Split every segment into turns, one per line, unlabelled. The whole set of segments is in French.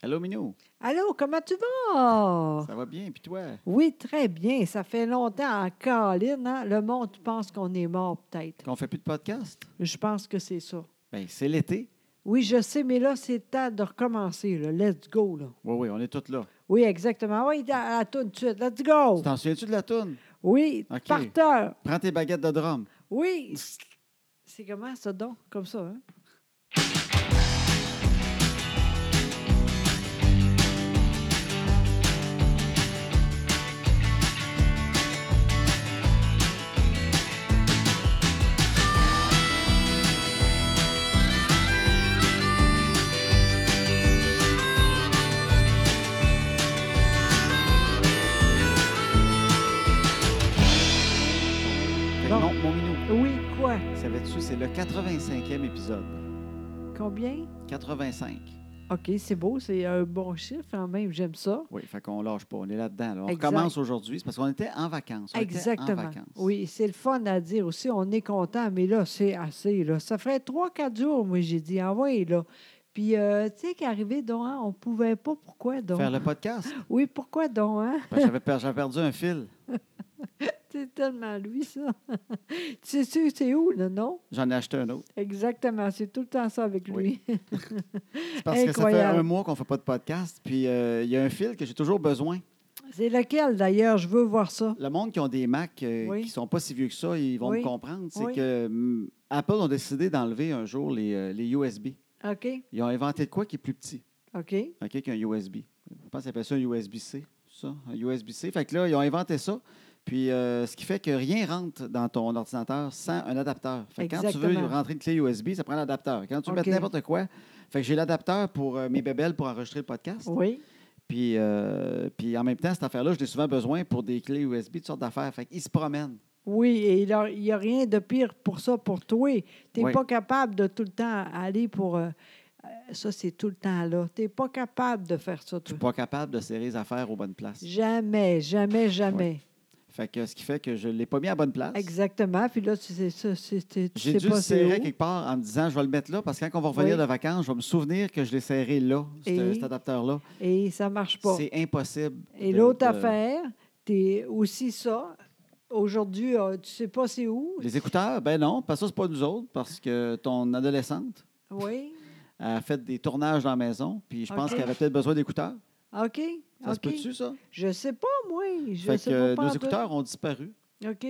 Allô, Minou?
Allô, comment tu vas?
Ça va bien, puis toi?
Oui, très bien. Ça fait longtemps en Caroline. hein? Le monde pense qu'on est mort, peut-être.
Qu'on fait plus de podcast?
Je pense que c'est ça.
Bien, c'est l'été.
Oui, je sais, mais là, c'est le temps de recommencer. Là. Let's go, là.
Oui, oui, on est tous là.
Oui, exactement. Oui, à la toune tout de suite. Let's go.
Tu t'en souviens-tu de la toune?
Oui,
OK.
parteur.
Prends tes baguettes de drum.
Oui. C'est comment, ça, donc? Comme ça, hein?
Fait que
Bon.
Non, mon Minou,
Oui, quoi?
savais-tu, c'est le 85e épisode.
Combien?
85.
OK, c'est beau. C'est un bon chiffre, quand même. J'aime ça.
Oui, fait qu'on lâche pas, on est là-dedans. là. On
Exact.
commence aujourd'hui, c'est parce qu'on était en vacances. On était en
Exactement.
vacances.
Oui, c'est le fun à dire aussi. On est content, mais là, c'est assez. Là. Ça ferait trois, quatre jours, moi, j'ai dit, ah ouais, là. Puis, euh, tu sais, qu'arrivé, donc, hein, on pouvait pas. Pourquoi, donc?
Faire le podcast?
Oui, pourquoi, donc, hein?
Ben, J'avais per- j'avais perdu un fil.
C'est tellement lui, ça. tu sais, c'est- c'est où, là, non?
J'en ai acheté un autre.
Exactement. C'est tout le temps ça avec lui.
Oui. C'est parce que ça fait
Incroyable.
un mois qu'on fait pas de podcast, puis euh, il y a un fil que j'ai toujours besoin.
c'est lequel, d'ailleurs? Je veux voir ça.
Le monde qui ont des Mac euh,
Oui.
qui sont pas si vieux que ça, ils vont
Oui.
me comprendre. C'est
Oui.
que hum, Apple ont décidé d'enlever un jour les, euh, les USB.
OK?
Ils ont inventé de quoi qui est plus petit
OK?
OK, qu'un USB. Je pense qu'ils appellent ça un USB-C. Ça, un USB-C. Fait que là, ils ont inventé ça. Puis, euh, ce qui fait que rien rentre dans ton ordinateur sans un adapteur. Fait que quand tu veux
Exactement.
rentrer une clé USB, ça prend l'adapteur. Quand tu veux
OK.
mettre n'importe quoi, fait que j'ai l'adapteur pour euh, mes bébelles pour enregistrer le podcast.
Oui.
Puis, euh, puis en même temps, cette affaire-là, je l'ai souvent besoin pour des clés USB, toutes sortes d'affaires. Fait qu'ils se promènent.
Oui, et il n'y a, rien de pire pour ça, pour toi. Tu n'es
Oui.
pas capable de tout le temps aller pour. euh, euh, ça, c'est tout le temps là. Tu n'es pas capable de faire ça,
Je
toi.
suis pas capable de serrer les affaires aux bonnes places.
Jamais, jamais, jamais.
Fait que ce qui fait que je ne l'ai pas mis à la bonne place.
Exactement. Puis là, tu sais ça, c'est- tu
J'ai
sais
dû le
pas c'est
serrer
où.
quelque part en me disant je vais le mettre là parce que quand on va revenir
Oui.
de vacances, je vais me souvenir que je l'ai serré là, cet-
Et-
cet adapteur-là.
Et ça marche pas.
C'est impossible.
Et
de-
l'autre
de-
affaire, tu es aussi ça. Aujourd'hui, euh, tu sais pas c'est où.
Les écouteurs, ben non, parce que ça, c'est pas nous autres, parce que ton adolescente
Oui.
a fait des tournages dans la maison, puis je pense
OK.
qu'elle avait peut-être besoin d'écouteurs.
OK.
Ça se
OK.
peut-tu, ça?
Je sais pas, moi. Je
fait
sais
que
pas.
euh, nos
pantoute.
écouteurs ont disparu.
OK.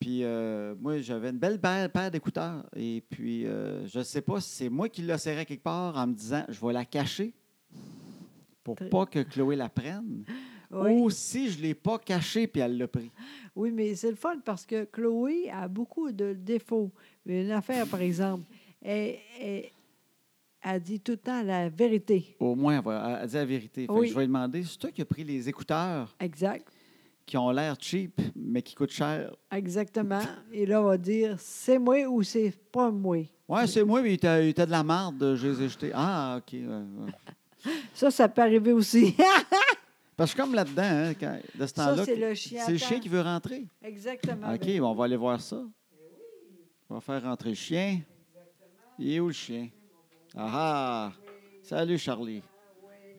Puis euh, moi, j'avais une belle paire, paire d'écouteurs. Et puis, euh, je ne sais pas si c'est moi qui l'ai serré quelque part en me disant, je vais la cacher pour
Très-
pas que Chloé la prenne.
Oui.
Ou si je ne l'ai pas caché puis elle l'a pris.
Oui, mais c'est le fun parce que Chloé a beaucoup de défauts. Mais une affaire, par exemple, elle, elle- elle dit tout le temps la vérité.
Au moins, elle, va, elle dit la vérité. Fait que
Oui.
je vais lui demander c'est toi qui as pris les écouteurs
Exact.
qui ont l'air cheap, mais qui coûtent cher.
Exactement. Et là, on va dire c'est moi ou c'est pas moi.
Ouais, c'est moi, mais il t'a il t'a de la marde, je les ai jetés. Ah, OK. ouais, ouais.
Ça, ça peut arriver aussi.
Parce que je suis comme là-dedans, hein, quand- de ce
Ça,
temps-là.
c'est
que-
le chien
C'est le
attends.
chien qui veut rentrer.
Exactement.
Ah, OK,
Ben,
bon, on va aller voir ça. On va faire rentrer le chien. Il est où le chien? Ah ah! Salut, Charlie.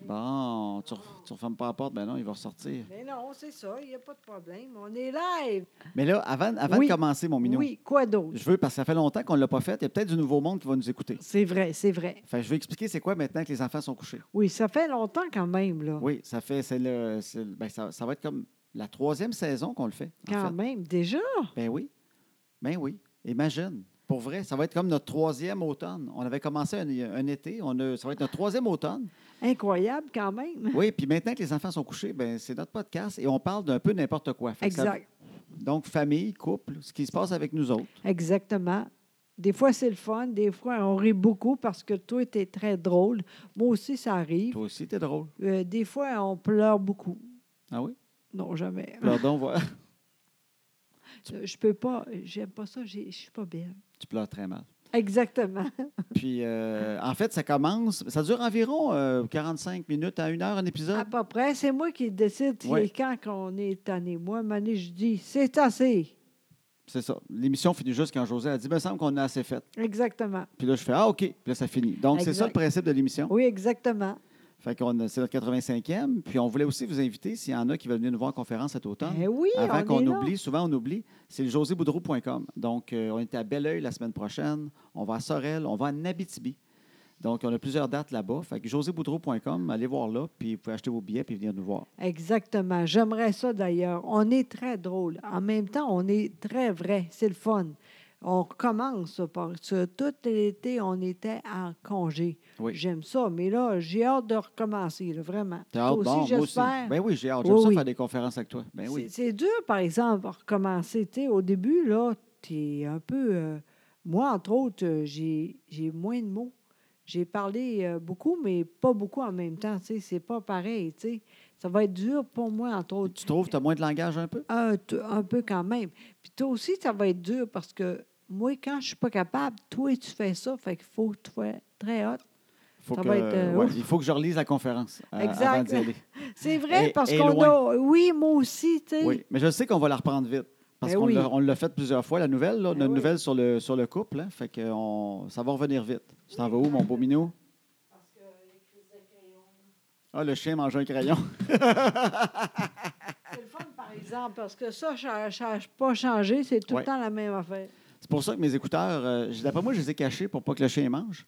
Bon, tu, re- tu refermes pas la porte? Ben non, il va ressortir.
Mais non, c'est ça. Il n'y a pas de problème. On est live.
Mais là, avant, avant
Oui.
de commencer, mon minou,
Oui, quoi d'autre?
je veux, parce que ça fait longtemps qu'on ne l'a pas fait, il y a peut-être du nouveau monde qui va nous écouter.
C'est vrai, c'est vrai.
Enfin, je vais expliquer c'est quoi maintenant que les enfants sont couchés.
Oui, ça fait longtemps quand même, là.
Oui, ça fait, c'est le, c'est le- ben, ça, ça va être comme la troisième saison qu'on le fait. en
quand
fait.
même, déjà.
Ben oui, ben oui, imagine. Pour vrai, ça va être comme notre troisième automne. On avait commencé un, un été, on a- ça va être notre troisième automne.
Incroyable quand même.
Oui, puis maintenant que les enfants sont couchés, ben, c'est notre podcast et on parle d'un peu n'importe quoi. Fait que ça-
Exact.
donc, famille, couple, ce qui se passe avec nous autres.
Exactement. Des fois, c'est le fun. Des fois, on rit beaucoup parce que toi, était très drôle. Moi aussi, ça arrive.
Toi aussi, t'es drôle.
Euh, des fois, on pleure beaucoup.
Ah oui?
Non, jamais. Euh,
Pleure donc, voilà.
Je peux pas. J'aime pas ça. j'ai- Je suis pas belle.
Tu pleures très mal.
Exactement.
Puis, euh, en fait, ça commence, ça dure environ euh, 45 minutes à une heure un
À
épisode.
peu près, c'est moi qui décide si
Hein? Ouais.
et quand qu'on est tanné. Moi, Mané, je dis, c'est assez.
C'est ça. L'émission finit juste quand José a dit, Ben, me semble qu'on a assez fait.
Exactement.
Puis là, je fais, ah, OK. Puis là, ça finit. Donc, c'est
Exact.
ça le principe de l'émission.
Oui, exactement.
Fait qu'on, c'est notre 85e. Puis on voulait aussi vous inviter, s'il y en a qui veulent venir nous voir en conférence cet automne.
Ben oui,
Avant
on est
qu'on
là.
oublie, souvent on oublie, c'est le joséboudreau.com. Donc, euh, on est à Belleuil la semaine prochaine. On va à Sorel, on va à Nabitibi. Donc, on a plusieurs dates là-bas. Fait que joséboudreau.com, allez voir là, puis vous pouvez acheter vos billets puis venir nous voir.
Exactement. J'aimerais ça d'ailleurs. On est très drôle. En même temps, on est très vrai. C'est le fun. On recommence ça, parce que tout l'été, on était en congé.
Oui.
J'aime ça, mais là, j'ai hâte de recommencer, là, vraiment.
T'as
Toi
hâte? Bon,
aussi,
moi
j'espère.
Ben oui, j'ai hâte. J'aime
Oui,
ça
oui.
faire des conférences avec toi. Ben oui.
C'est- C'est dur, par exemple, à recommencer. Tu sais, au début, là, tu es un peu. euh, moi, entre autres, euh, j'ai j'ai moins de mots. J'ai parlé euh, beaucoup, mais pas beaucoup en même temps. Tu sais, c'est pas pareil. Tu sais, ça va être dur pour moi, entre autres.
Tu trouves que tu as moins de langage un peu?
Un, t- un peu quand même. Puis toi aussi, ça va être dur parce que moi, quand je suis pas capable, toi, tu fais ça. Fait qu'il faut que tu sois très hot.
Faut
Ça
que,
va être, euh,
ouais,
ouf.
il faut que je relise la conférence euh,
Exact.
avant d'y aller.
C'est vrai
Et-
parce
et
qu'on
loin.
a. Oui, moi aussi, tu sais.
Oui, mais je sais qu'on va la reprendre vite. Parce
Ben
qu'on
oui.
l'a- on l'a fait plusieurs fois, la nouvelle, là,
Ben
notre
oui.
nouvelle sur le, sur le couple. hein. fait que on- ça va revenir vite. Tu t'en vas où, mon beau minou? Ah, le chien mange un crayon.
C'est le fun, par exemple, parce que ça, ça n'a pas changé. C'est tout
Ouais.
le temps la même affaire.
C'est pour ça que mes écouteurs, euh, je- d'après moi, je les ai cachés pour pas que le chien mange.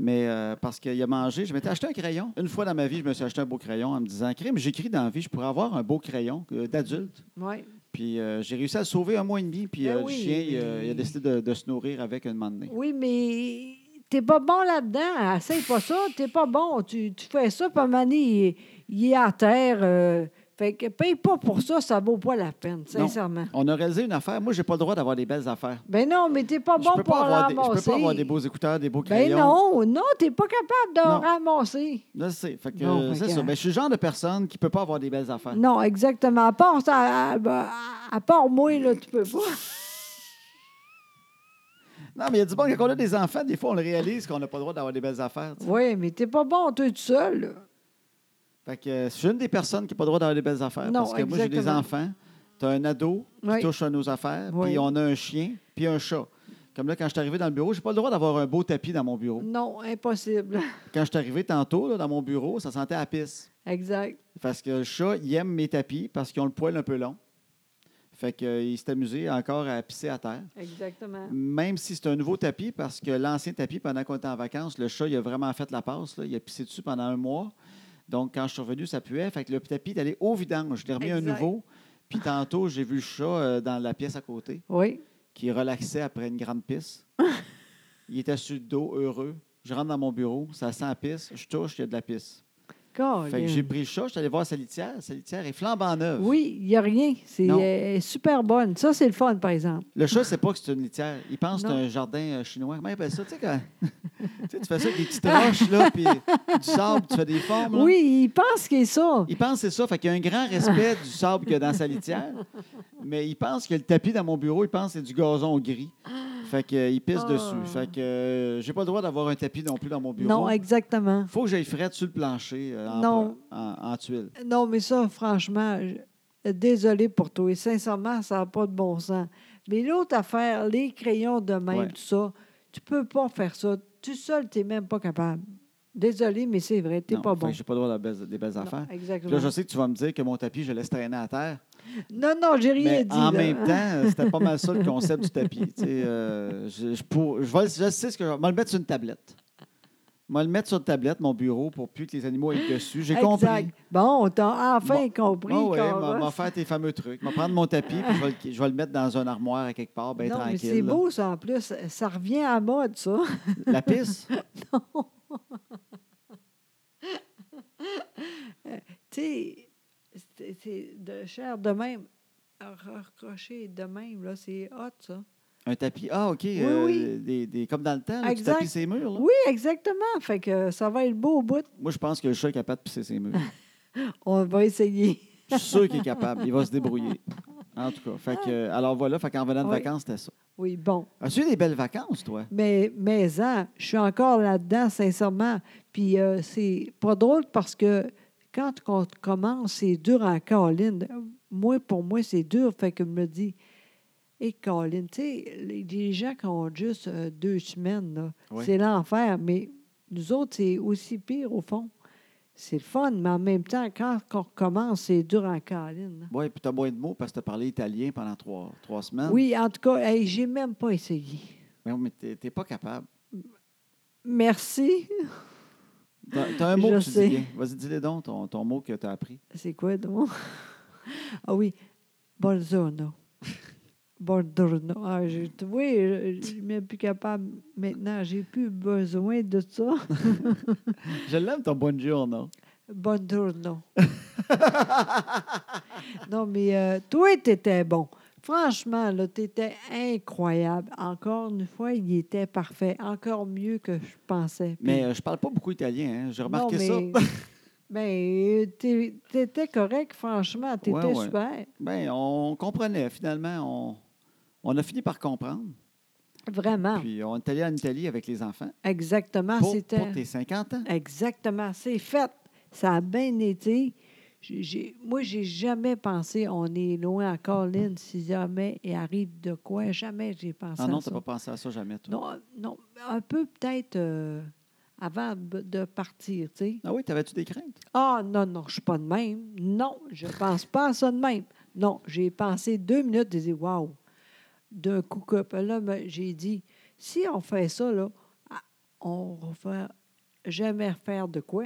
Mais euh, parce qu'il a mangé, je m'étais acheté un crayon. Une fois dans ma vie, je me suis acheté un beau crayon en me disant Crime, j'écris dans la vie, je pourrais avoir un beau crayon euh, d'adulte.
Oui.
Puis euh, j'ai réussi à le sauver un mois et demi, puis
Ben
euh,
oui.
le chien, il, euh, il a décidé de, de se nourrir avec un moment donné.
Oui, mais t'es pas bon là-dedans. Essaye pas ça. T'es pas bon. Tu, tu fais ça, pas mané, il, il est à terre. euh, fait que paye pas pour ça, ça vaut pas la peine, sincèrement.
On a réalisé une affaire. Moi, j'ai pas le droit d'avoir des belles affaires.
Ben non, mais t'es pas
Je
bon
peux
pour
pas, avoir des, je peux
ramasser.
pas avoir des beaux écouteurs, des beaux
Ben
crayons.
non, non, t'es pas capable de
Non.
ramasser.
Là, c'est fait que,
Non,
euh, c'est
regarde.
ça. Ben, je suis le genre de personne qui peut pas avoir des belles affaires.
Non, exactement. À part, ça, à, à- à part moi, là, tu peux pas.
Non, mais il y a du bon quand on a des enfants, des fois, on le réalise qu'on n'a pas le droit d'avoir des belles affaires. tu sais.
Oui, mais t'es pas bon, toi, tout seul. là.
Fait que euh, je suis une des personnes qui n'a pas le droit d'avoir des belles affaires.
Non,
parce que moi, j'ai des
exactement.
enfants. Tu as un ado qui
Oui.
touche à nos affaires,
Oui.
puis on a un chien, puis un chat. Comme là, quand je suis arrivé dans le bureau, j'ai pas le droit d'avoir un beau tapis dans mon bureau.
Non, impossible.
Quand je suis arrivé tantôt, là, dans mon bureau, ça sentait à pisse.
Exact.
Parce que le chat, il aime mes tapis parce qu'ils ont le poil un peu long. Fait qu'il s'est amusé encore à pisser à terre.
Exactement.
Même si c'est un nouveau tapis, parce que l'ancien tapis, pendant qu'on était en vacances, le chat, il a vraiment fait la passe. là. Il a pissé dessus pendant un mois. Donc, quand je suis revenu, ça puait. Fait que le tapis est allé au vidange. Je l'ai remis un
Exact.
nouveau. Puis tantôt, j'ai vu le chat euh, dans la pièce à côté
Oui.
qui relaxait après une grande pisse. il était sur le dos, heureux. Je rentre dans mon bureau, ça sent la pisse. Je touche, il y a de la pisse. Fait que
Colin.
j'ai pris le chat, je suis allé voir sa litière. Sa litière est flambant neuve.
Oui, il n'y a rien. C'est
Non.
elle est super bonne. Ça, c'est le fun, par exemple.
Le chat, c'est pas que c'est une litière. Il pense que c'est
Non.
un jardin euh, chinois. Mais ben ça, tu sais, quand... tu sais, tu fais ça avec des petites roches, là, puis du sable, tu fais des formes. là.
Ah. Oui, il pense qu'il est ça.
Il pense que c'est ça. Fait qu'il y a un grand respect du sable qu'il y a dans sa litière. Mais il pense que le tapis dans mon bureau, il pense que c'est du gazon gris. Fait qu'il pisse
Ah.
dessus. Fait que euh, j'ai pas le droit d'avoir un tapis non plus dans mon bureau.
Non, exactement.
Faut que j'aille frais sur le plancher euh, en,
Non.
en- en tuile.
Non, mais ça, franchement, je- désolé pour toi. Et sincèrement, ça n'a pas de bon sens. Mais l'autre affaire, les crayons de même,
Ouais.
tout ça, tu peux pas faire ça. Tout seul, tu n'es même pas capable. Désolé, mais c'est vrai, tu n'es
Non,
pas
fait que
bon.
J'ai pas le droit d'avoir des belles
Non,
affaires. Puis
exactement.
là, je sais que tu vas me dire que mon tapis, je laisse traîner à terre.
Non, non, j'ai rien
Mais
dit.
en
là.
même temps, euh, c'était pas mal ça le concept du tapis. Tu sais, euh, je, je pour- je vais le- je sais ce que je vais. je vais le mettre sur une tablette. Je vais le mettre sur une tablette, mon bureau, pour plus que les animaux aient dessus. J'ai
Exact.
compris.
Bon, t'as enfin compris.
Ah ouais,
Cora.
m'a- m'a faire tes fameux trucs. Je vais prendre mon tapis puis je vais, le, je vais le mettre dans un armoire à quelque part, bien
non, mais
tranquille.
c'est
là.
beau, ça, en plus. Ça- Ça revient à mode, ça.
La pisse?
tu sais, c'est- c'est de chair de même, recrocher de même, là, c'est hot, ça.
Un tapis. Ah, OK.
Oui,
euh,
oui.
Des, des- comme dans le temps, là, tu
Exact.
tapis ses murs. là.
Oui, exactement. Fait que ça va être beau au bout.
Moi, je pense que le chat est capable de pisser ses murs.
On va essayer.
Je suis sûr qu'il est capable. Il va se débrouiller. En tout cas. Fait que, euh, alors voilà, fait qu'en venant de
Oui.
vacances, c'était ça.
Oui, bon.
As-tu eu des belles vacances, toi?
Mais, mais hein, je suis encore là-dedans, sincèrement. Puis euh, c'est pas drôle parce que quand on commence, c'est dur en Caroline. Moi, pour moi, c'est dur. Fait que je me dis, et Caroline, tu sais, les, les gens qui ont juste euh, deux semaines, là,
Oui.
c'est l'enfer. Mais nous autres, c'est aussi pire au fond. c'est le fun, mais en même temps, quand on recommence, c'est dur en hein. caline.
Oui, puis tu as moins de mots parce que tu as parlé italien pendant trois, trois semaines.
Oui, en tout cas, hey, j'ai même pas essayé.
Mais, mais tu n'es pas capable.
Merci.
Tu as, un mot
Je
que tu
sais.
dis. bien. Vas-y, dis-le donc, ton, ton mot que tu as appris.
C'est quoi, donc? ah oui, Bolzano. Bordurno. Ah, j'ai- tu vois, je je suis même plus capable maintenant. J'ai plus besoin de ça.
Je l'aime, ton buongiorno.
Buongiorno. non, mais euh, toi, t'étais bon. Franchement, là, t'étais incroyable. Encore une fois, il était parfait. Encore mieux que je pensais. Puis-
Mais euh, je parle pas beaucoup italien, hein. J'ai remarqué
Non,
ça.
mais, mais t'es- t'étais correct, franchement. T'étais
Ouais, ouais.
super.
Ben, on comprenait, finalement. On, on a fini par comprendre.
Vraiment.
Puis on est allé en Italie avec les enfants
Exactement.
pour,
Ah. C'était.
pour tes 50 ans. Ah
Exactement. C'est fait. Ça a bien été. J'ai- j'ai- moi, j'ai jamais pensé, on est loin à Colin, si jamais il arrive de quoi. Jamais j'ai pensé
Ah non,
à
tu
ça.
n'as pas pensé à ça jamais, toi.
Non, non, un peu peut-être euh, avant b- de partir, tu sais.
Ah oui, t'avais-tu des craintes?
Ah non, non, je suis pas de même. Non, je pense pas à ça de même. Non, j'ai pensé deux minutes, j'ai dit Waouh! D'un coup que puis là, me- j'ai dit si on fait ça, là, ah, on ne va jamais refaire de quoi.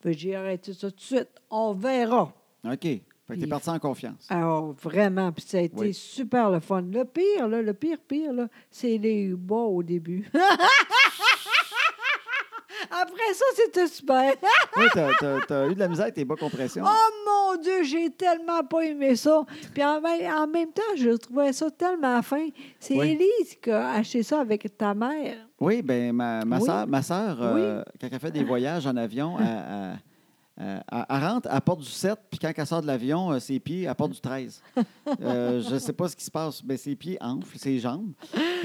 Fait que J'ai arrêté ça tout de suite. On verra.
OK. Fait que t'es
Puis-
parti en confiance.
Alors, vraiment, puis ça a été
Oui.
super le fun. Le pire, là, le pire, pire, là, c'est les bois au début. Après ça, c'était super.
Oui, t'as, t'as- t'as eu de la misère avec tes bas compressions.
Oh mon Dieu, j'ai tellement pas aimé ça. Puis en, même- en même temps, je trouvais ça tellement fin. C'est
Oui.
Élise qui a acheté ça avec ta mère.
Oui, ben ma, ma
Oui.
soeur, ma sœur, euh, quand elle fait des voyages en avion, elle, elle- elle- elle- elle rentre, elle porte du 7, puis quand elle sort de l'avion, euh, ses pieds, elle porte du 13. Euh, je ne sais pas ce qui se passe, mais ses pieds enflent, ses jambes.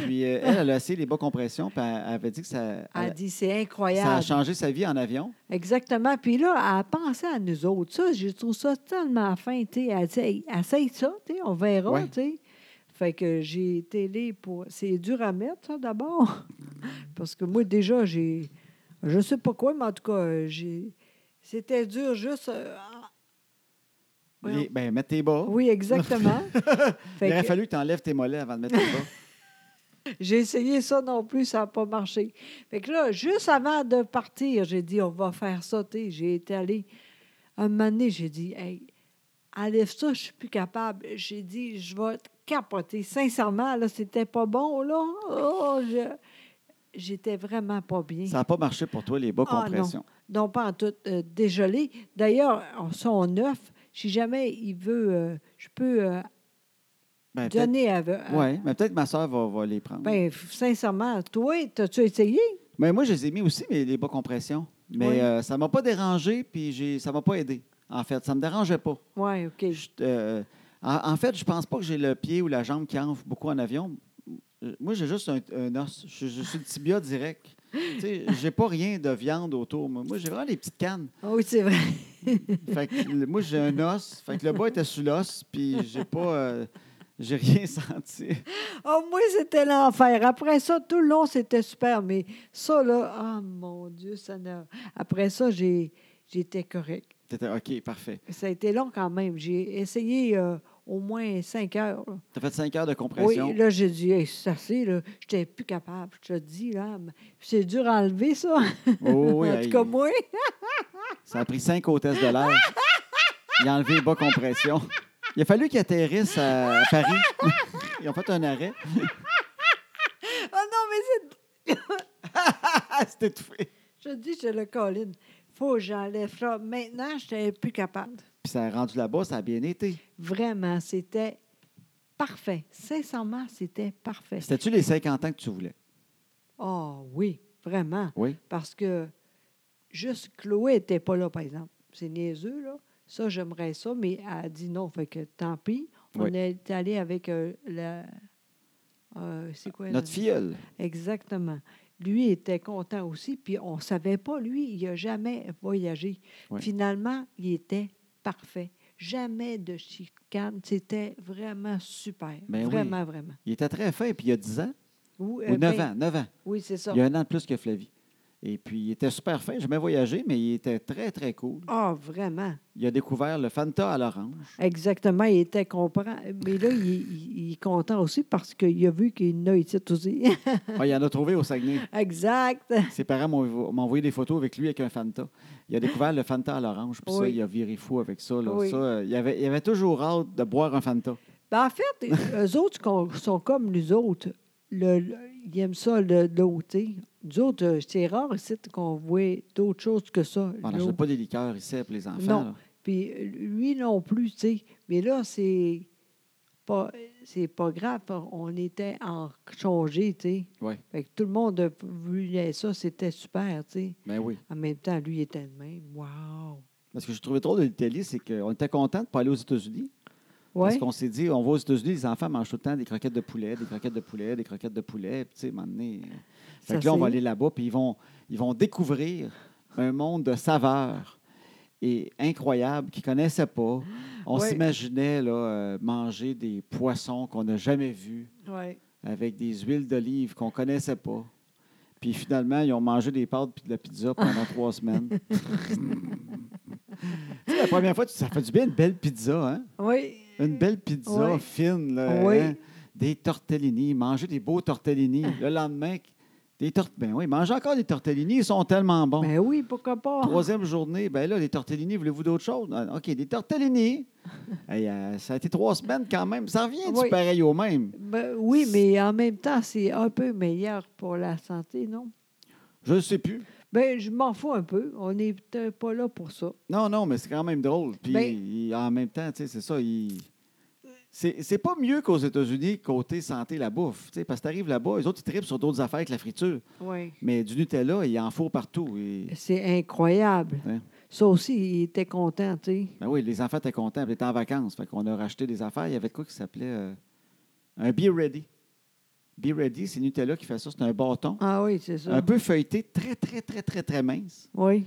Puis euh, elle, elle a essayé les bas compressions, puis elle, elle avait dit que ça,
Elle a
elle-
dit, c'est
Euh, ça a
incroyable.
changé sa vie en avion.
Exactement. Puis là, elle a pensé à nous autres. Ça, je trouve ça tellement fin. tu sais. Elle a dit, Hey, essaye ça, tu sais, on verra.
Ouais.
tu sais. Fait que j'ai télé pour. C'est dur à mettre, ça, d'abord. Parce que moi, déjà, j'ai. Je sais pas quoi, mais en tout cas, euh, j'ai. C'était dur juste. euh, en- Voyons.
Les- ben, mettre tes bas.
Oui, exactement. Fait
Il aurait
que
fallu que tu enlèves tes mollets avant de mettre tes bas.
j'ai essayé ça non plus, ça n'a pas marché. Fait que là, juste avant de partir, j'ai dit, on va faire ça. tu sais. J'ai été allée. Un moment donné, j'ai dit, hey, enlève ça, je suis plus capable. J'ai dit, je vais te capoter. Sincèrement, là, c'était pas bon, là. Oh, je- J'étais vraiment pas bien.
Ça n'a pas marché pour toi, les bas
Ah, non.
compressions.
Non, pas en tout. euh, désolé. D'ailleurs, on sont neuf. Si jamais il veut, euh, je peux euh,
Ben, peut-être-
donner à. à-
Oui, mais peut-être ma soeur va, va les prendre.
Euh, Ben, f- sincèrement, toi, t'as-tu essayé?
Mais moi, je les ai mis aussi, mais les bas compressions. Mais
Oui.
euh, ça ne m'a pas dérangé, puis j'ai- ça ne m'a pas aidé, en fait. Ça ne me dérangeait pas.
Oui, OK.
Je- euh, en, en fait, je pense pas que j'ai le pied ou la jambe qui enfle beaucoup en avion. Euh, Moi, j'ai juste un, un os. Je, je suis le tibia direct. Tu sais, j'ai pas rien de viande autour. Moi, Moi, j'ai vraiment des petites cannes.
Ah Oui, c'est vrai.
Fait que, le- moi, j'ai un os. Fait que le bas était sous l'os, puis j'ai pas... euh, j'ai rien senti.
Oh, moi, c'était l'enfer. Après ça, tout le long, c'était super. Mais ça, là, oh mon Dieu, ça n'a. Après ça, j'ai j'étais correct.
T'étais OK, parfait.
Ça a été long quand même. J'ai essayé euh, au moins cinq heures. là.
T'as fait cinq heures de
Oui,
compression.
là, j'ai dit, hey, ça c'est, là, j'étais plus capable. Je te le dis, là, mais c'est dur à enlever, ça.
Oh, oui,
en
hey.
tout cas, moi.
Ça a pris cinq hôtesses de l'air. Il a enlevé les bas compression. Il a fallu qu'il atterrisse à Paris. Ils ont fait un arrêt.
Oh non, mais c'est
Ah, c'était étouffé.
Je te dis, je le colline. Faut que j'enlève ça. Maintenant, je n'étais plus capable.
Puis ça a rendu là-bas, ça a bien été.
Vraiment, c'était parfait. Sincèrement, c'était parfait.
C'était-tu les 50 ans que tu voulais?
Oh oui, vraiment.
Oui.
Parce que juste Chloé n'était pas là, par exemple. C'est niaiseux, là. Ça, j'aimerais ça, mais elle a dit non. Fait que tant pis. On
Oui.
est allé avec euh, la. euh, c'est quoi?
Notre
la-
filleule.
Exactement. Lui était content aussi, puis on ne savait pas, lui, il n'a jamais voyagé.
Ouais.
Finalement, il était parfait. Jamais de chicane. C'était vraiment super.
Ben oui.
vraiment, vraiment.
Il était très fin, puis il y a 10 ans.
Ou, euh, ben,
Ou 9 ans, 9 ans.
Oui, c'est ça.
Il y a un an de plus que Flavie. Et puis, il était super fin. J'ai jamais voyagé, mais il était très, très cool.
Ah, vraiment.
Il a découvert le Fanta à l'orange.
Exactement, il était comprend. Mais là, il, il- il est content aussi parce qu'il a vu qu'il y en a ici aussi.
Ah, il en a trouvé au Saguenay.
exact.
Ses parents m'ont m'ont envoyé des photos avec lui avec un Fanta. Il a découvert le Fanta à l'orange, puis ça,
Oui.
il a viré fou avec ça. là.
Oui.
Ça, euh, il, avait, il avait toujours hâte de boire un Fanta.
Ben, en fait, eux autres con- sont comme nous autres. Le, le- ils aiment ça, le, l'eau, tu sais. Nous autres, euh, c'est rare ici qu'on voit d'autres choses que ça.
On
l'eau.
n'achète pas des liqueurs ici pour les enfants.
Non.
là.
Puis euh, lui non plus, tu sais. Mais là, c'est pas, c'est pas grave. On était en changé, tu sais.
Ouais.
Fait que tout le monde voulait ça, c'était super, tu sais.
Ben oui.
En même temps, lui il était de même. Wow!
Parce que je trouvais trop de l'Italie, c'est qu'on était content de ne pas aller aux États-Unis. Parce
Ouais.
qu'on s'est dit, on va aux États-Unis, les enfants mangent tout le temps des croquettes de poulet, des croquettes de poulet, des croquettes de poulet. Puis, tu sais, à un moment donné, euh, fait
Ça,
que là, on va
c'est-
aller là-bas, puis ils vont, ils vont découvrir un monde de saveurs et incroyables qu'ils ne connaissaient pas. On
Ouais.
s'imaginait là, euh, manger des poissons qu'on n'a jamais vus,
Ouais.
avec des huiles d'olive qu'on ne connaissait pas. Puis finalement, ils ont mangé des pâtes puis de la pizza pendant trois semaines. Tu sais, la première fois, tu- ça fait du bien une belle pizza, hein?
Oui.
Une belle pizza
Mm. Ouais.
fine, là,
Oui. Mm.
hein? des tortellini, manger des beaux tortellini. Le lendemain, des tort... ben oui, manger encore des tortellini, ils sont tellement bons.
Ben oui, pourquoi pas?
Troisième journée, ben là, les tortellini, voulez-vous d'autres choses? Ah, OK, des tortellini. Hey, euh, ça a été trois semaines quand même. Ça revient du
Oui.
pareil au même.
Ben oui, mais en même temps, c'est un peu meilleur pour la santé, non?
Je ne sais plus.
Ben, je m'en fous un peu. On n'est peut-être pas là pour ça.
Non, non, mais c'est quand même drôle. Puis
Ben-
il- en même temps, tu sais, c'est ça. Il... C'est c'est pas mieux qu'aux États-Unis, côté santé, la bouffe. tu sais, Parce que t'arrives là-bas, les autres, ils tripent sur d'autres affaires que la friture.
Oui.
Mais du Nutella, il en faut partout. Et-
C'est incroyable.
Ouais.
Ça aussi, il était content, tu sais.
Ben oui, les enfants étaient contents, ils étaient en vacances. Fait qu'on a racheté des affaires. Il y avait de quoi qui s'appelait euh, un Be Ready. Be Ready, c'est Nutella qui fait ça. C'est un bâton,
Ah oui, c'est ça.
un peu feuilleté, très, très, très, très, très mince,
Oui,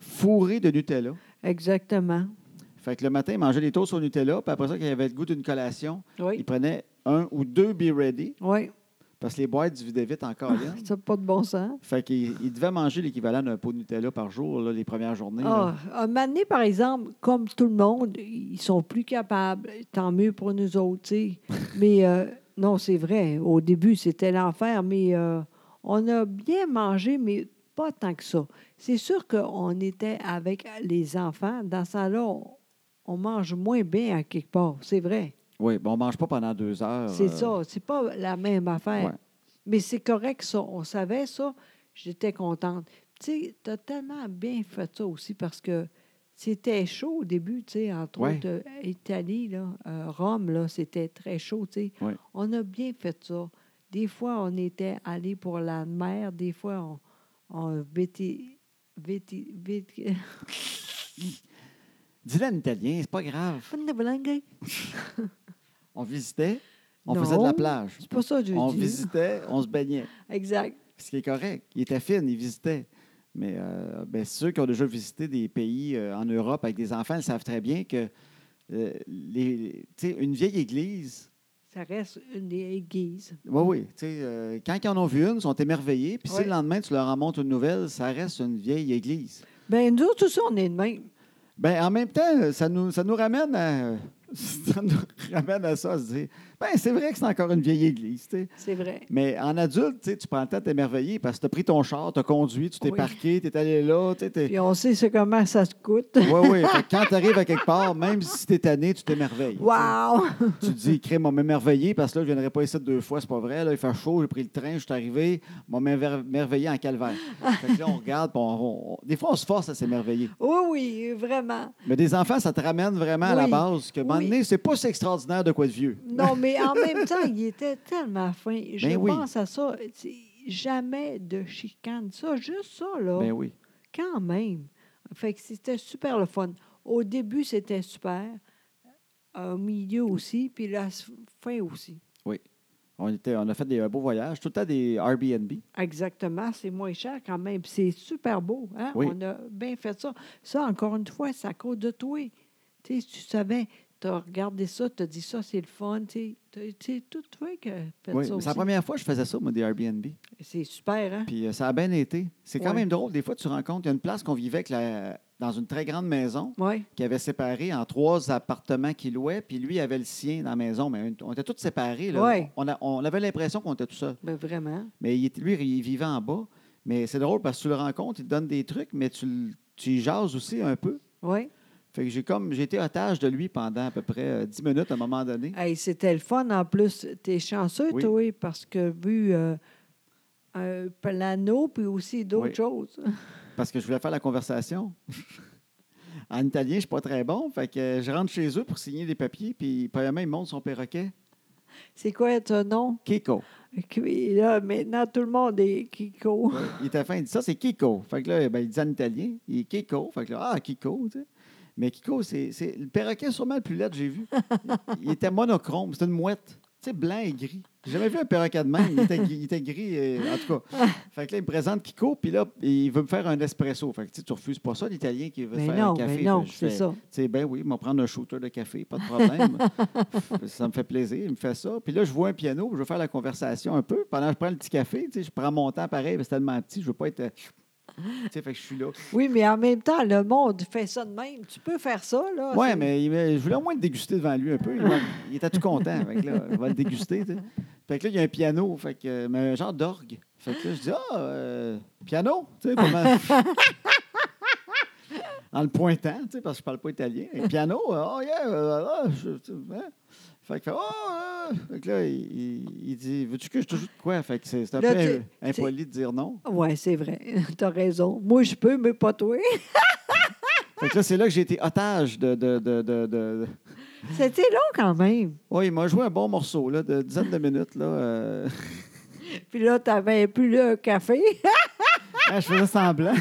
fourré de Nutella.
exactement.
Fait que le matin, ils mangeaient des toasts au Nutella, puis après ça, quand il avait le goût d'une collation, ils
Oui.
prenaient un ou deux Be Ready,
Oui.
parce que les boîtes se vidaient vite encore.
Ah, Ça n'a pas de bon sens.
fait qu'ils ils devaient manger l'équivalent d'un pot de Nutella par jour, là, les premières journées. là.
Ah, un moment donné, par exemple, comme tout le monde, ils sont plus capables. Tant mieux pour nous autres, tu sais. Mais euh, non, c'est vrai. Au début, c'était l'enfer, mais euh, on a bien mangé, mais pas tant que ça. C'est sûr qu'on était avec les enfants. Dans ça là on, on mange moins bien à quelque part. C'est vrai.
Oui, ben on mange pas pendant deux heures.
C'est
euh,
ça. C'est pas la même affaire.
Ouais.
Mais c'est correct, ça. On savait ça. J'étais contente. Tu sais, t'as tellement bien fait ça aussi parce que c'était chaud au début, tu sais, entre
Ouais.
autres, euh, Italie, là, euh, Rome, là, c'était très chaud, tu sais.
Ouais.
On a bien fait ça. Des fois, on était allé pour la mer, des fois, on, on véti- véti- véti-
Dis-le en italien, c'est pas grave. On visitait, on faisait de
Non,
la plage.
C'est pas ça que je
On
dis.
visitait, on se baignait.
Exact.
Ce qui est correct. Il était fin, il visitait. Mais euh, ben, ceux qui ont déjà visité des pays euh, en Europe avec des enfants, ils savent très bien que euh, les, tu sais, une vieille église,
Ça reste une église.
oui, oui, tu sais, euh, quand ils en ont vu une, ils sont émerveillés. Puis si
Ouais.
le lendemain, tu leur en montres une nouvelle, ça reste une vieille église.
Ben nous, autres, tout ça, on est de même.
Ben, en même temps, ça nous, ça nous ramène à. Ça nous ramène à ça, à se dire, ben, c'est vrai que c'est encore une vieille église, tu sais.
C'est vrai.
Mais en adulte, tu sais, tu prends le temps de t'émerveiller parce que tu as pris ton char, tu as conduit, tu t'es
Oui.
parqué, tu es allé là. tu sais, t'es-
Puis on sait ce- comment ça se coûte.
Oui, oui. Fait que Quand tu arrives à quelque part, même si tu es tanné, tu t'émerveilles.
Wow!
Tu te dis, crème, on m'émerveiller parce que là, je ne viendrai pas ici deux fois, c'est pas vrai. Là, il fait chaud, j'ai pris le train, je suis arrivé, on m'a émerveillé en calvaire. Fait que là, on regarde, puis on- on- des fois, on se force à s'émerveiller.
Oui, oui, vraiment.
Mais des enfants, ça te ramène vraiment à la
Oui.
base que, à un moment
Oui.
donné, c'est pas si extraordinaire de quoi de vieux.
Non, mais en même temps, il était tellement fin. Je
Ben oui.
pense à ça. C'est Jamais de chicane. Ça, juste ça, là.
Ben oui.
Quand même. Fait que c'était super le fun. Au début, c'était super. Au milieu aussi, puis la s- fin aussi.
On, était, on a fait des, un beau voyage, tout le temps des Airbnb.
Exactement, c'est moins cher quand même. puis C'est super beau. Hein?
Oui.
On a bien fait ça. Ça, encore une fois, c'est à cause de toi. Tu sais, tu savais, tu as regardé ça, tu as dit ça, c'est le fun. Tu sais, tout toi que
Oui,
fait ça
mais c'est la
aussi.
première fois que je faisais ça, moi, des Airbnb.
C'est super, hein?
Puis euh, ça a bien été. C'est quand
Ouais.
même drôle. Des fois, tu rencontres, il y a une place qu'on vivait avec la- dans une très grande maison
Oui,
qui avait séparé en trois appartements qu'il louait, puis lui il avait le sien dans la maison. Mais on était tous séparés. Là.
Ouais.
On, a- on avait l'impression qu'on était tout seul.
ben vraiment.
Mais il, est- lui, il vivait en bas. Mais c'est drôle parce que tu le rencontres, il te donne des trucs, mais tu, le- tu y jases aussi un peu.
Oui.
Fait que j'ai comme j'ai été otage de lui pendant à peu près euh, dix minutes à un moment donné.
Hey, c'était le fun. En plus, t'es chanceux,
Oui.
toi, parce que vu euh, un plano, puis aussi d'autres
Oui.
choses.
parce que je voulais faire la conversation. en italien, je suis pas très bon. Fait que je rentre chez eux pour signer des papiers, puis premièrement, il monte son perroquet.
C'est quoi ton nom?
Kiko.
Puis Là, maintenant, tout le monde est Kiko.
Ouais, il était fin, il dit ça, c'est Kiko. Fait que là, ben, il dit en italien, il est Kiko. Fait que là, ah, Kiko, tu sais. Mais Kiko, c'est c'est le perroquet sûrement le plus laid que j'ai vu. Il était monochrome, c'était une mouette. Tu sais, blanc et gris. J'ai jamais vu un perroquet de même. Il était, gris- il était gris, euh, en tout cas. Fait que là, il me présente Kiko, puis là, il veut me faire un espresso. Fait que tu sais, tu refuses pas ça, l'Italien qui veut
Mais
faire
non,
un café.
mais non,
Fait que je
c'est
fais,
ça.
Tu sais, ben oui, il m'a prendre un shooter de café, pas de problème. ça me fait plaisir, il me fait ça. Puis là, je vois un piano, je veux faire la conversation un peu. Pendant que je prends le petit café, tu sais, je prends mon temps pareil, mais c'est tellement petit, je veux pas être. euh, Tu sais, fait que je suis là.
Oui, mais en même temps, le monde fait ça de même. Tu peux faire ça, là.
Ouais,
Ah, c'est-
mais il me- je voulais au moins le déguster devant lui un peu. Il, m'a- il était tout content. Fait que là, on va le déguster. tu sais. Fait que là, il y a un piano, fait que, euh, mais un genre d'orgue. Fait que là, je dis Ah, euh, piano, tu sais, comment. en le pointant, tu sais, parce que je parle pas italien. Et piano, euh, oh yeah, euh, ah, je- tu sais, hein. Fait que, oh, euh. Fait que là, il, il- il dit Veux-tu que je te joue de quoi Fait que c'est c'est un
Là,
peu
tu-
euh, impoli de dire non.
Ouais, c'est vrai. T'as raison. Moi, je peux, mais pas toi.
Fait que là, c'est là que j'ai été otage de- de- de- de- de,
C'était long quand même.
Oui, il m'a joué un bon morceau là, de dizaines de minutes. Là, euh,
Puis là, t'avais plus là, un café.
je faisais semblant.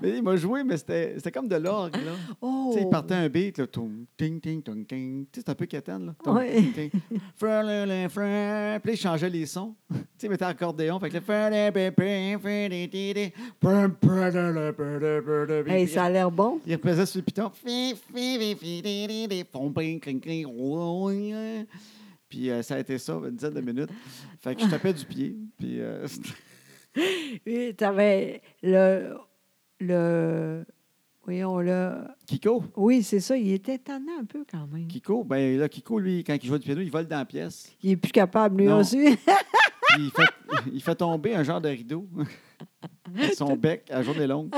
mais il m'a joué, mais c'était c'était comme de l'orgue. là.
Oh!
Tu sais, Il partait un beat. Là, toum, ting, ting, tung, ting. Tu sais, C'est un peu quétaine. Là, Tung,
Ouais.
ting, ting. Frelelin, frel. Puis là, il changeait les sons. Tu sais, il mettait accordéon. Fait que là, frelin, pin, pin, frelin, ti, ti, pin, prelelin, prelelin, prelelin.
Hey,
Puis
ça a l'air bon.
Il replaisait sur le piton. Fi, fi, fi, fi, di, di, di, pom, ping, cling, cling, rouing, hein. Puis euh, ça a été ça, une dizaine de minutes. Fait que je tapais du pied. Puis euh,
Puis t'avais le. Le. Voyons, le.
Kiko,
Oui, c'est ça. Il était étonnant un peu quand même.
Kiko, ben là, Kiko, lui, quand il joue du piano, il vole dans la pièce.
Il n'est plus capable, lui
Non.
aussi.
Puis il fait, il fait tomber un genre de rideau. Avec Son bec à journée longue.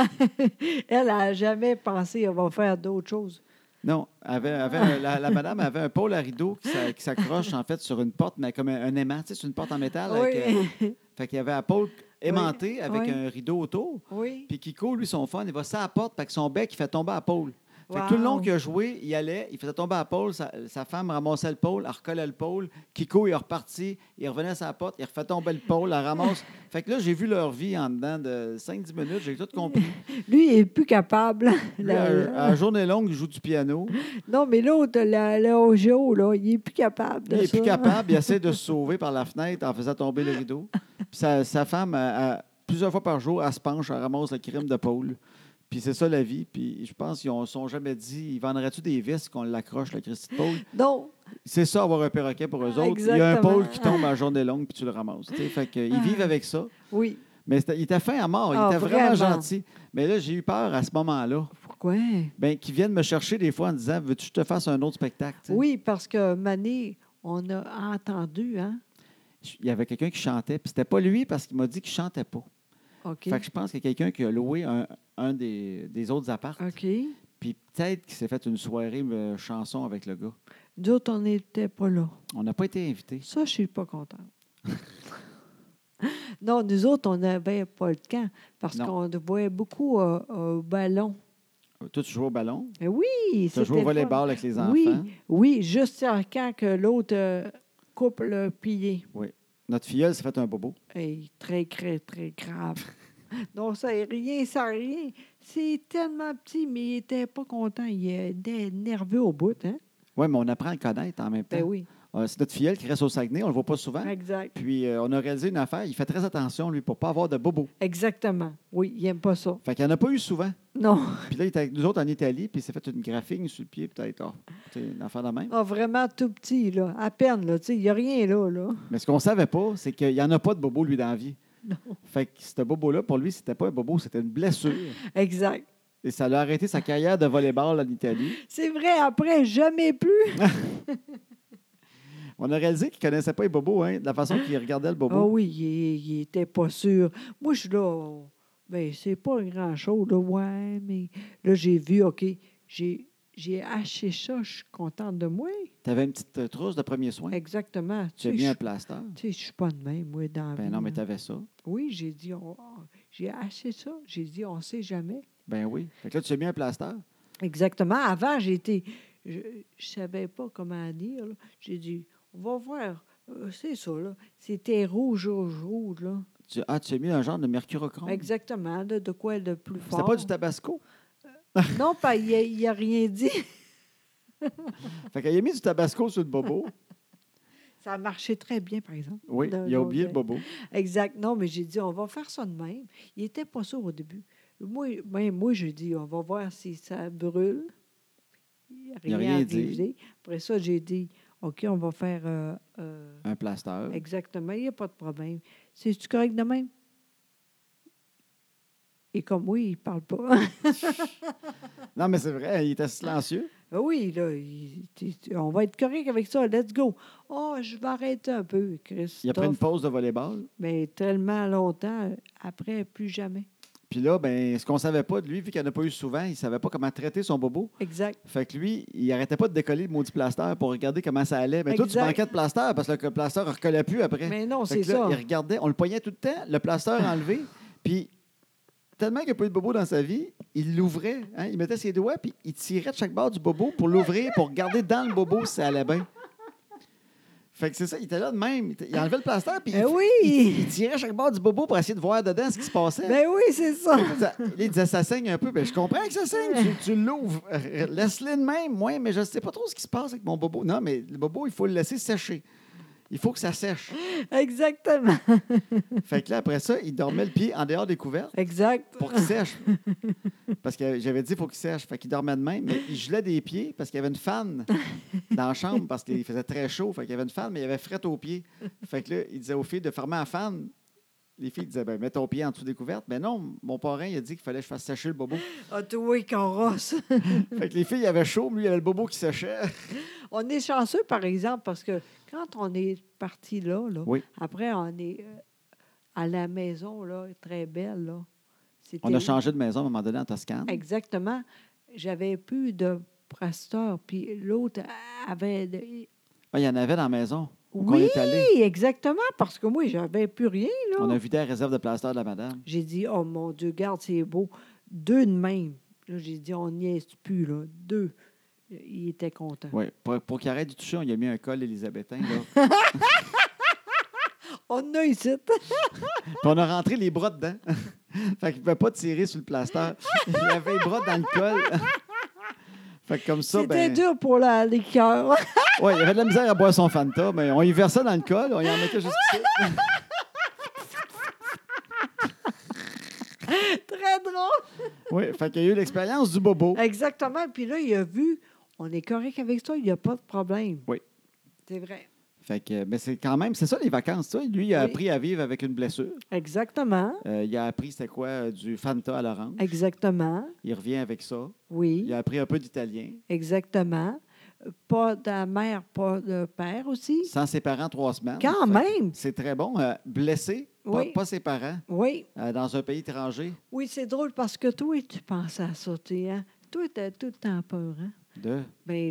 Elle n'a jamais pensé qu'elle va faire d'autres choses.
Non, avait, avait un- la, la madame avait un pôle à rideau qui s'a- qui s'accroche en fait sur une porte, mais comme un, un aimant, tu sais, c'est une porte en métal. avec, euh,
Oui.
fait qu'il y avait un pôle aimanté avec
oui.
un rideau autour.
oui.
Puis Kiko, lui, son fun, il va ça à la porte, fait que son bec, il fait tomber à la pôle. Fait que tout le long
Wow.
qu'il a joué, il allait, il faisait tomber à la pôle, sa, sa femme ramassait le pôle, elle recollait le pôle. Kiko, il est reparti, il revenait à sa porte, il refait tomber le pôle, elle ramasse. fait que là, j'ai vu leur vie en dedans de 5-10 minutes, j'ai tout compris.
Lui, il n'est plus capable.
Lui,
La-
à, à journée longue, il joue du piano.
Non, mais l'autre, la- le OGO, là, il n'est plus capable de
Il est
ça.
plus capable, il essaie de se sauver par la fenêtre en faisant tomber le rideau. Puis sa, sa femme, elle- elle- plusieurs fois par jour, elle se penche, elle ramasse le crime de Paul. Puis c'est ça la vie. Puis je pense qu'ils ne sont jamais dit, ils vendraient-tu des vis qu'on l'accroche, le Christy de Paul?
Non,
C'est ça, avoir un perroquet pour eux autres. Il y a un
Exactement.
Paul qui tombe à journée longue, puis tu le ramasses. tu sais. Fait que, ils vivent avec ça.
oui.
Mais c'était- il était fin à mort, il
Ah,
était vraiment,
vraiment.
gentil. Mais là, j'ai eu peur à ce moment-là.
Pourquoi?
Ben, qu'ils viennent me chercher des fois en disant Veux-tu que je te fasse un autre spectacle? tu sais?
Oui, parce que Mané, on a entendu, hein?
Il y avait quelqu'un qui chantait, puis c'était pas lui parce qu'il m'a dit qu'il chantait pas.
OK.
Fait que je pense qu'il y a quelqu'un qui a loué un, un des, des autres apparts.
OK.
Puis peut-être qu'il s'est fait une soirée euh, chanson avec le gars.
Nous autres, on n'était pas là.
On n'a pas été invités.
Ça, je suis pas contente. non, nous autres, on n'avait pas le camp parce
Non.
qu'on voyait beaucoup euh, au ballon.
Euh, Toi, tu joues au ballon.
Mais Eh oui,
Tu as
c'était
joué au
le fun.
volleyball avec les enfants.
Oui, oui, juste en quand que l'autre euh, coupe le pied.
Notre filleule s'est fait un bobo.
Hey, très, très, très grave. non, ça est rien, ça est rien. C'est tellement petit, mais il n'était pas content. Il était nerveux au bout, hein?
Oui, mais on apprend à le connaître en même temps.
Ben oui.
euh, c'est notre filleule qui reste au Saguenay, on le voit pas
Hein?
souvent.
Exact.
Puis euh, on a réalisé une affaire, il fait très attention, lui, pour pas avoir de bobos.
Exactement. Oui, il n'aime pas ça.
Fait qu'il n'y en a pas eu souvent.
Non.
Puis là, il était avec nous autres en Italie, puis il s'est fait une graphique sur le pied, peut-être. Ah, c'est une affaire de même.
Ah, vraiment tout petit, là. À peine, là. Tu sais, il n'y a rien là, là.
Mais ce qu'on savait pas, c'est qu'il n'y en a pas de bobo, lui, dans la vie.
Non.
Fait que ce bobo-là, pour lui, c'était pas un bobo, c'était une blessure.
Exact.
Et ça l'a arrêté sa carrière de volleyball en Italie.
C'est vrai, après, jamais plus.
On a réalisé qu'il connaissait pas les bobos, hein, de la façon qu'il regardait le
Ah
bobo.
oui, il n'était pas sûr. Moi, je suis là. Ben, c'est pas grand-chose, là. Ouais, mais là, j'ai vu, OK, j'ai j'ai haché ça, je suis contente de moi.
Tu avais une petite euh, trousse de premier soin.
Exactement.
Tu as
sais,
mis un
je-
plaster.
tu sais, je suis pas de même, moi, dans la
Ben
vie,
non, mais
là.
tu avais ça.
Oui, j'ai dit, on- on- j'ai haché ça. J'ai dit, on sait jamais.
Ben oui. Fait que là, tu as mis un plaster.
Exactement. Avant, j'ai été. Je ne savais pas comment dire. là. J'ai dit, on va voir. Euh, C'est ça, là. C'était rouge, rouge, rouge, là.
Tu- ah, tu as mis un genre de mercurochrome.
Exactement, de, de quoi de plus fort.
C'était pas du tabasco.
Non, pas, il n'a rien dit.
Fait qu'il a mis du tabasco sur le bobo.
Ça a marché très bien, par exemple.
Oui,
D'un
il a
autre
oublié le
œil.
bobo.
Exact. Non, mais j'ai dit, on va faire ça de même. Il n'était pas sûr au début. Moi, ben, moi j'ai dit, on va voir si ça brûle. Il
Il
n'a
a
rien,
rien dit.
arrivé. Après ça, j'ai dit, OK, on va faire. euh, euh,
Un plaster.
Exactement, il n'y a pas de problème. C'est-tu correct de même? Et comme oui, il ne parle pas.
Non, mais c'est vrai, il était silencieux.
Ah oui, là, il- tu- tu- on va être correct avec ça, let's go. Oh, je vais arrêter un peu, Christophe.
Il a pris une pause de volleyball.
Mais tellement longtemps, après, plus jamais.
Puis là, ben, ce qu'on savait pas de lui, vu qu'il n'en a pas eu souvent, il savait pas comment traiter son bobo.
Exact.
Fait que lui, il arrêtait pas de décoller le maudit plaster pour regarder comment ça allait. Mais toi, tu
Exact.
manquais de plaster parce que le plaster ne recollait plus après.
Mais non,
Hein? Fait
c'est
que là,
ça.
il regardait, on le poignait tout le temps, le plaster enlevé, puis tellement qu'il n'y a pas eu de bobo dans sa vie, il l'ouvrait. hein, il mettait ses doigts, puis il tirait de chaque bord du bobo pour l'ouvrir, pour regarder dans le bobo si ça allait bien. Fait que c'est ça, il était là de même. Il était- Il enlevait le plaster, puis
Ben
il,
oui!
il- il tirait chaque bord du bobo pour essayer de voir dedans ce qui se passait.
Ben oui, c'est ça.
Ça- Il disait, ça saigne un peu. Ben, je comprends que ça saigne. Tu, tu l'ouvres. Euh, Laisse-le de même, moi, mais je ne sais pas trop ce qui se passe avec mon bobo. Non, mais le bobo, il faut le laisser sécher. Il faut que ça sèche.
Exactement.
Fait que là, après ça, il dormait le pied en dehors des couvertes
Exact.
pour qu'il sèche. Parce que j'avais dit, il faut qu'il sèche. Fait qu'il dormait de même, mais il gelait des pieds parce qu'il y avait une fan dans la chambre parce qu'il faisait très chaud. Fait qu'il y avait une fan, mais il y avait fret aux pieds. Fait que là, il disait aux filles de fermer la fan. Les filles disaient, ben, mets ton pied en dessous des couvertes. Mais non, mon parrain, il a dit qu'il fallait que je fasse sécher le bobo.
Ah, tu oui, qu'on rosse.
Fait que les filles, il y avait chaud, mais lui, il y avait le bobo qui séchait.
On est chanceux, par exemple, parce que quand on est parti là, là,
Oui.
après, on est euh, à la maison, là, très belle. Là.
On a
C'était-
changé de maison à un moment donné en Toscane.
Exactement. J'avais plus de pasteur, puis l'autre avait. de-
Ah, il y en avait dans la maison. où on
Oui!
est allé.
Exactement, parce que moi, j'avais plus rien. là.
On a vidé la réserve de plaster de la madame.
J'ai dit, oh mon Dieu, garde, c'est beau. Deux de même. Là, j'ai dit, on n'y est plus, là. Deux. Il était content.
Oui, pour, pour qu'il arrête de toucher, on lui a mis un col élisabétain. là.
On en a ici.
Puis on a rentré les bras dedans. fait qu'il ne pouvait pas tirer sur le plaster. Il avait les bras dans le col. fait que comme ça,
C'était
ben.
dur pour la liqueur.
Ouais, il avait de la misère à boire son Fanta, mais on y versait dans le col, on y en mettait juste ici.
Très drôle.
Oui, fait qu'il y a eu l'expérience du bobo.
Exactement. Puis là, il a vu, on est correct avec ça, il n'y a pas de problème.
Oui.
C'est vrai.
Fait que, mais c'est quand même, c'est ça les vacances, ça. Lui, il a
Oui.
appris à vivre avec une blessure.
Exactement.
Euh, il a appris c'était quoi euh, du Fanta à l'orange.
Exactement.
Il revient avec ça.
Oui,
Il a appris un peu d'italien.
exactement. Pas de mère, pas de père aussi.
Sans ses parents, trois semaines.
Quand
Fait que
même.
C'est très bon. Euh, blessé, pas-
Oui.
pas, ses parents,
Oui,
euh, dans un pays étranger.
oui, c'est drôle parce que toi, tu penses à ça, tu hein? Toi, t'as tout le temps peur, hein?
De...
Bien,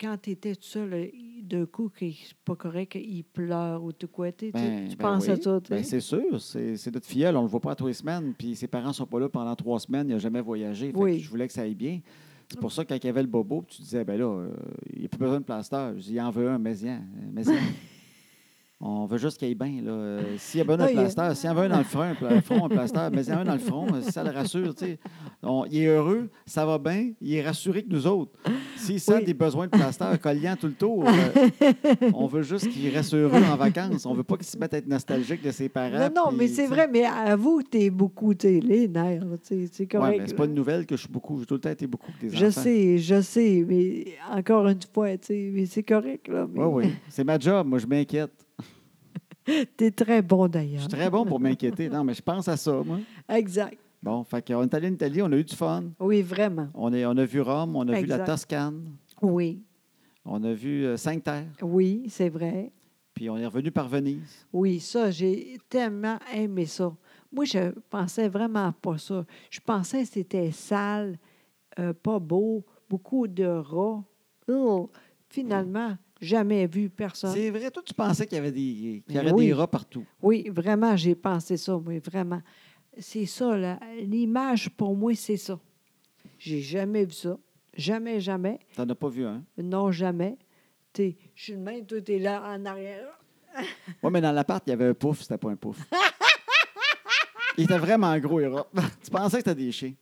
quand tu étais tout seul, euh, d'un coup, que c'est pas correct, il pleure ou tout quoi, tu, tu-
Ben,
tu
ben
penses à
oui.
ça, tu
Ben,
sais?
c'est sûr. C'est c'est notre filleule. On le voit pas à tous les semaines. Puis ses parents sont pas là pendant trois semaines. Il n'a jamais voyagé. Fait que
Oui. Mm.
je voulais que ça aille bien. C'est pour ça que quand il y avait le bobo, tu disais, ben là, euh, il n'y a plus besoin de plaster. Je dis, il en veut un, mais-en. euh, mais-en. On veut juste qu'il aille bien. là. Euh, S'il y a besoin d'un
Oui, euh.
plaster, s'il y en veut un dans le front, un pla- un front, un plaster, mais il y en a un dans le front, euh, ça le rassure. tu sais. On- il est heureux, ça va bien, il est rassuré que nous autres. S'il sent
Oui.
des besoins de plaster collant tout le tour, euh, on veut juste qu'il reste heureux en vacances. On veut pas qu'il se mette à être nostalgique de ses parents.
Non, non,
puis,
mais
tu
c'est
sais.
vrai, mais avoue que t'es beaucoup, t'es les nerfs, là, tu sais, c'est
Ouais,
correct.
mais c'est
là.
pas une nouvelle que je suis beaucoup. J'ai tout le temps été beaucoup avec des
je
enfants.
sais, je sais, mais encore une fois, tu sais, mais c'est correct, là. mais
Oui, oui. C'est ma job. Moi, je m'inquiète.
T'es très bon,
Je
d'ailleurs.
suis très bon pour m'inquiéter. Non, mais je pense à ça, moi.
Exact.
Bon, fait qu'on est allé en Italie, on a eu du fun.
Oui, vraiment.
On, est, on a vu Rome, on a vu la
Exact.
Toscane,
Oui,
on a vu euh, Cinque-Terre,
oui, c'est vrai.
puis on est revenu par Venise.
Oui, ça, j'ai tellement aimé ça. Moi, je pensais vraiment pas ça. Je pensais que c'était sale, euh, pas beau, beaucoup de rats. Ugh. Finalement, jamais vu personne.
C'est vrai, toi, tu pensais qu'il y avait des, qu'il y avait
Oui.
des rats partout.
Oui, vraiment, j'ai pensé ça, oui, vraiment. C'est ça, là. L'image, pour moi, c'est ça. J'ai jamais vu ça. Jamais, jamais.
T'en as pas vu un.
Non, jamais. T'es- Je suis le même, toi, t'es là en arrière.
Oui, mais dans l'appart, il y avait un pouf, c'était pas un pouf. Il était vraiment gros, les rats. tu pensais que c'était des chiens.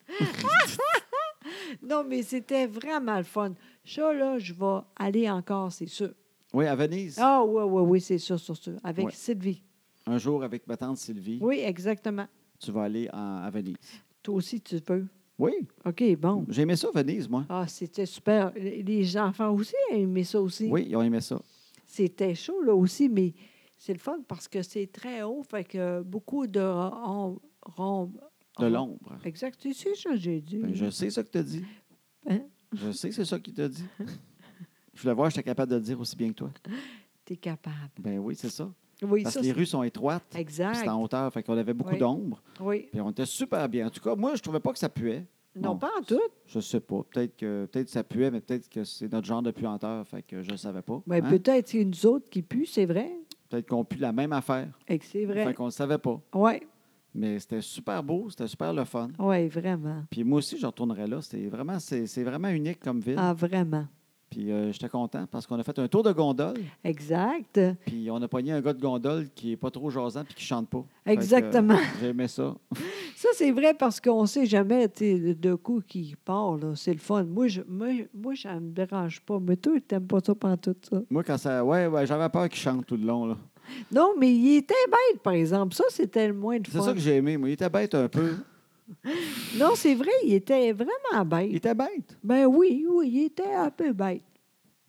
Non, mais c'était vraiment le fun. Ça, là, je vais aller encore, c'est sûr.
Oui, à Venise,
Ah, oui, oui, oui, c'est sûr, sûr, sûr. Avec
Ouais.
Sylvie.
un jour, avec ma tante Sylvie,
Oui, exactement.
tu vas aller en- à Venise.
Toi aussi, tu peux.
Oui,
OK, bon.
j'ai aimé ça, Venise, moi.
Ah, c'était super. Les- Les enfants aussi aimaient ça aussi.
Oui, ils ont aimé ça.
C'était chaud, là aussi, mais c'est le fun parce que c'est très haut, fait que beaucoup de ronds.
De
Ah.
l'ombre.
Exact. C'est ça que j'ai dit.
Ben, je sais ça que tu as dit.
Hein?
Je sais que c'est ça qu'il t'a dit. Je voulais voir, j'étais capable de le dire aussi bien que toi.
T'es capable.
Ben oui, c'est ça.
Oui,
Parce
ça,
que les
c'est-
rues sont étroites, puis
Exact.
c'est en hauteur, fait qu'on avait beaucoup
Oui.
d'ombre,
Oui.
puis on était super bien. En tout cas, moi, je trouvais pas que ça puait.
Non,
Bon.
pas en tout.
Je sais pas. Peut-être que peut-être que ça puait, mais peut-être que c'est notre genre de puanteur, fait que je savais pas.
Mais
hein.
peut-être c'est nous autres qui puent, c'est vrai.
Peut-être qu'on pue la même affaire,
Et que c'est
fait
vrai.
qu'on le savait pas.
Oui,
Mais c'était super beau, c'était super le fun.
oui, vraiment.
Puis moi aussi, je retournerai là. C'est vraiment, c'est c'est vraiment unique comme ville.
Ah, vraiment.
Puis euh, j'étais content parce qu'on a fait un tour de gondole.
Exact.
Puis on a pogné un gars de gondole qui est pas trop jasant puis qui chante pas. Fait que,
Exactement.
euh, J'aimais ça.
Ça, c'est vrai parce qu'on ne sait jamais tu sais, de- de coup qui part. là. C'est le fun. Moi, je, moi, moi, ça ne me dérange pas. Mais toi, tu n'aimes pas ça pendant tout ça.
Moi, quand ça. Ouais, ouais, j'avais peur qu'il chante tout le long. là.
Non, mais il était bête, par exemple. Ça, c'était le moins de
C'est
fun.
ça que j'ai aimé. Moi, il était bête un peu.
Non, c'est vrai, il était vraiment
Il
bête.
était bête.
Ben oui, oui, il était un peu bête.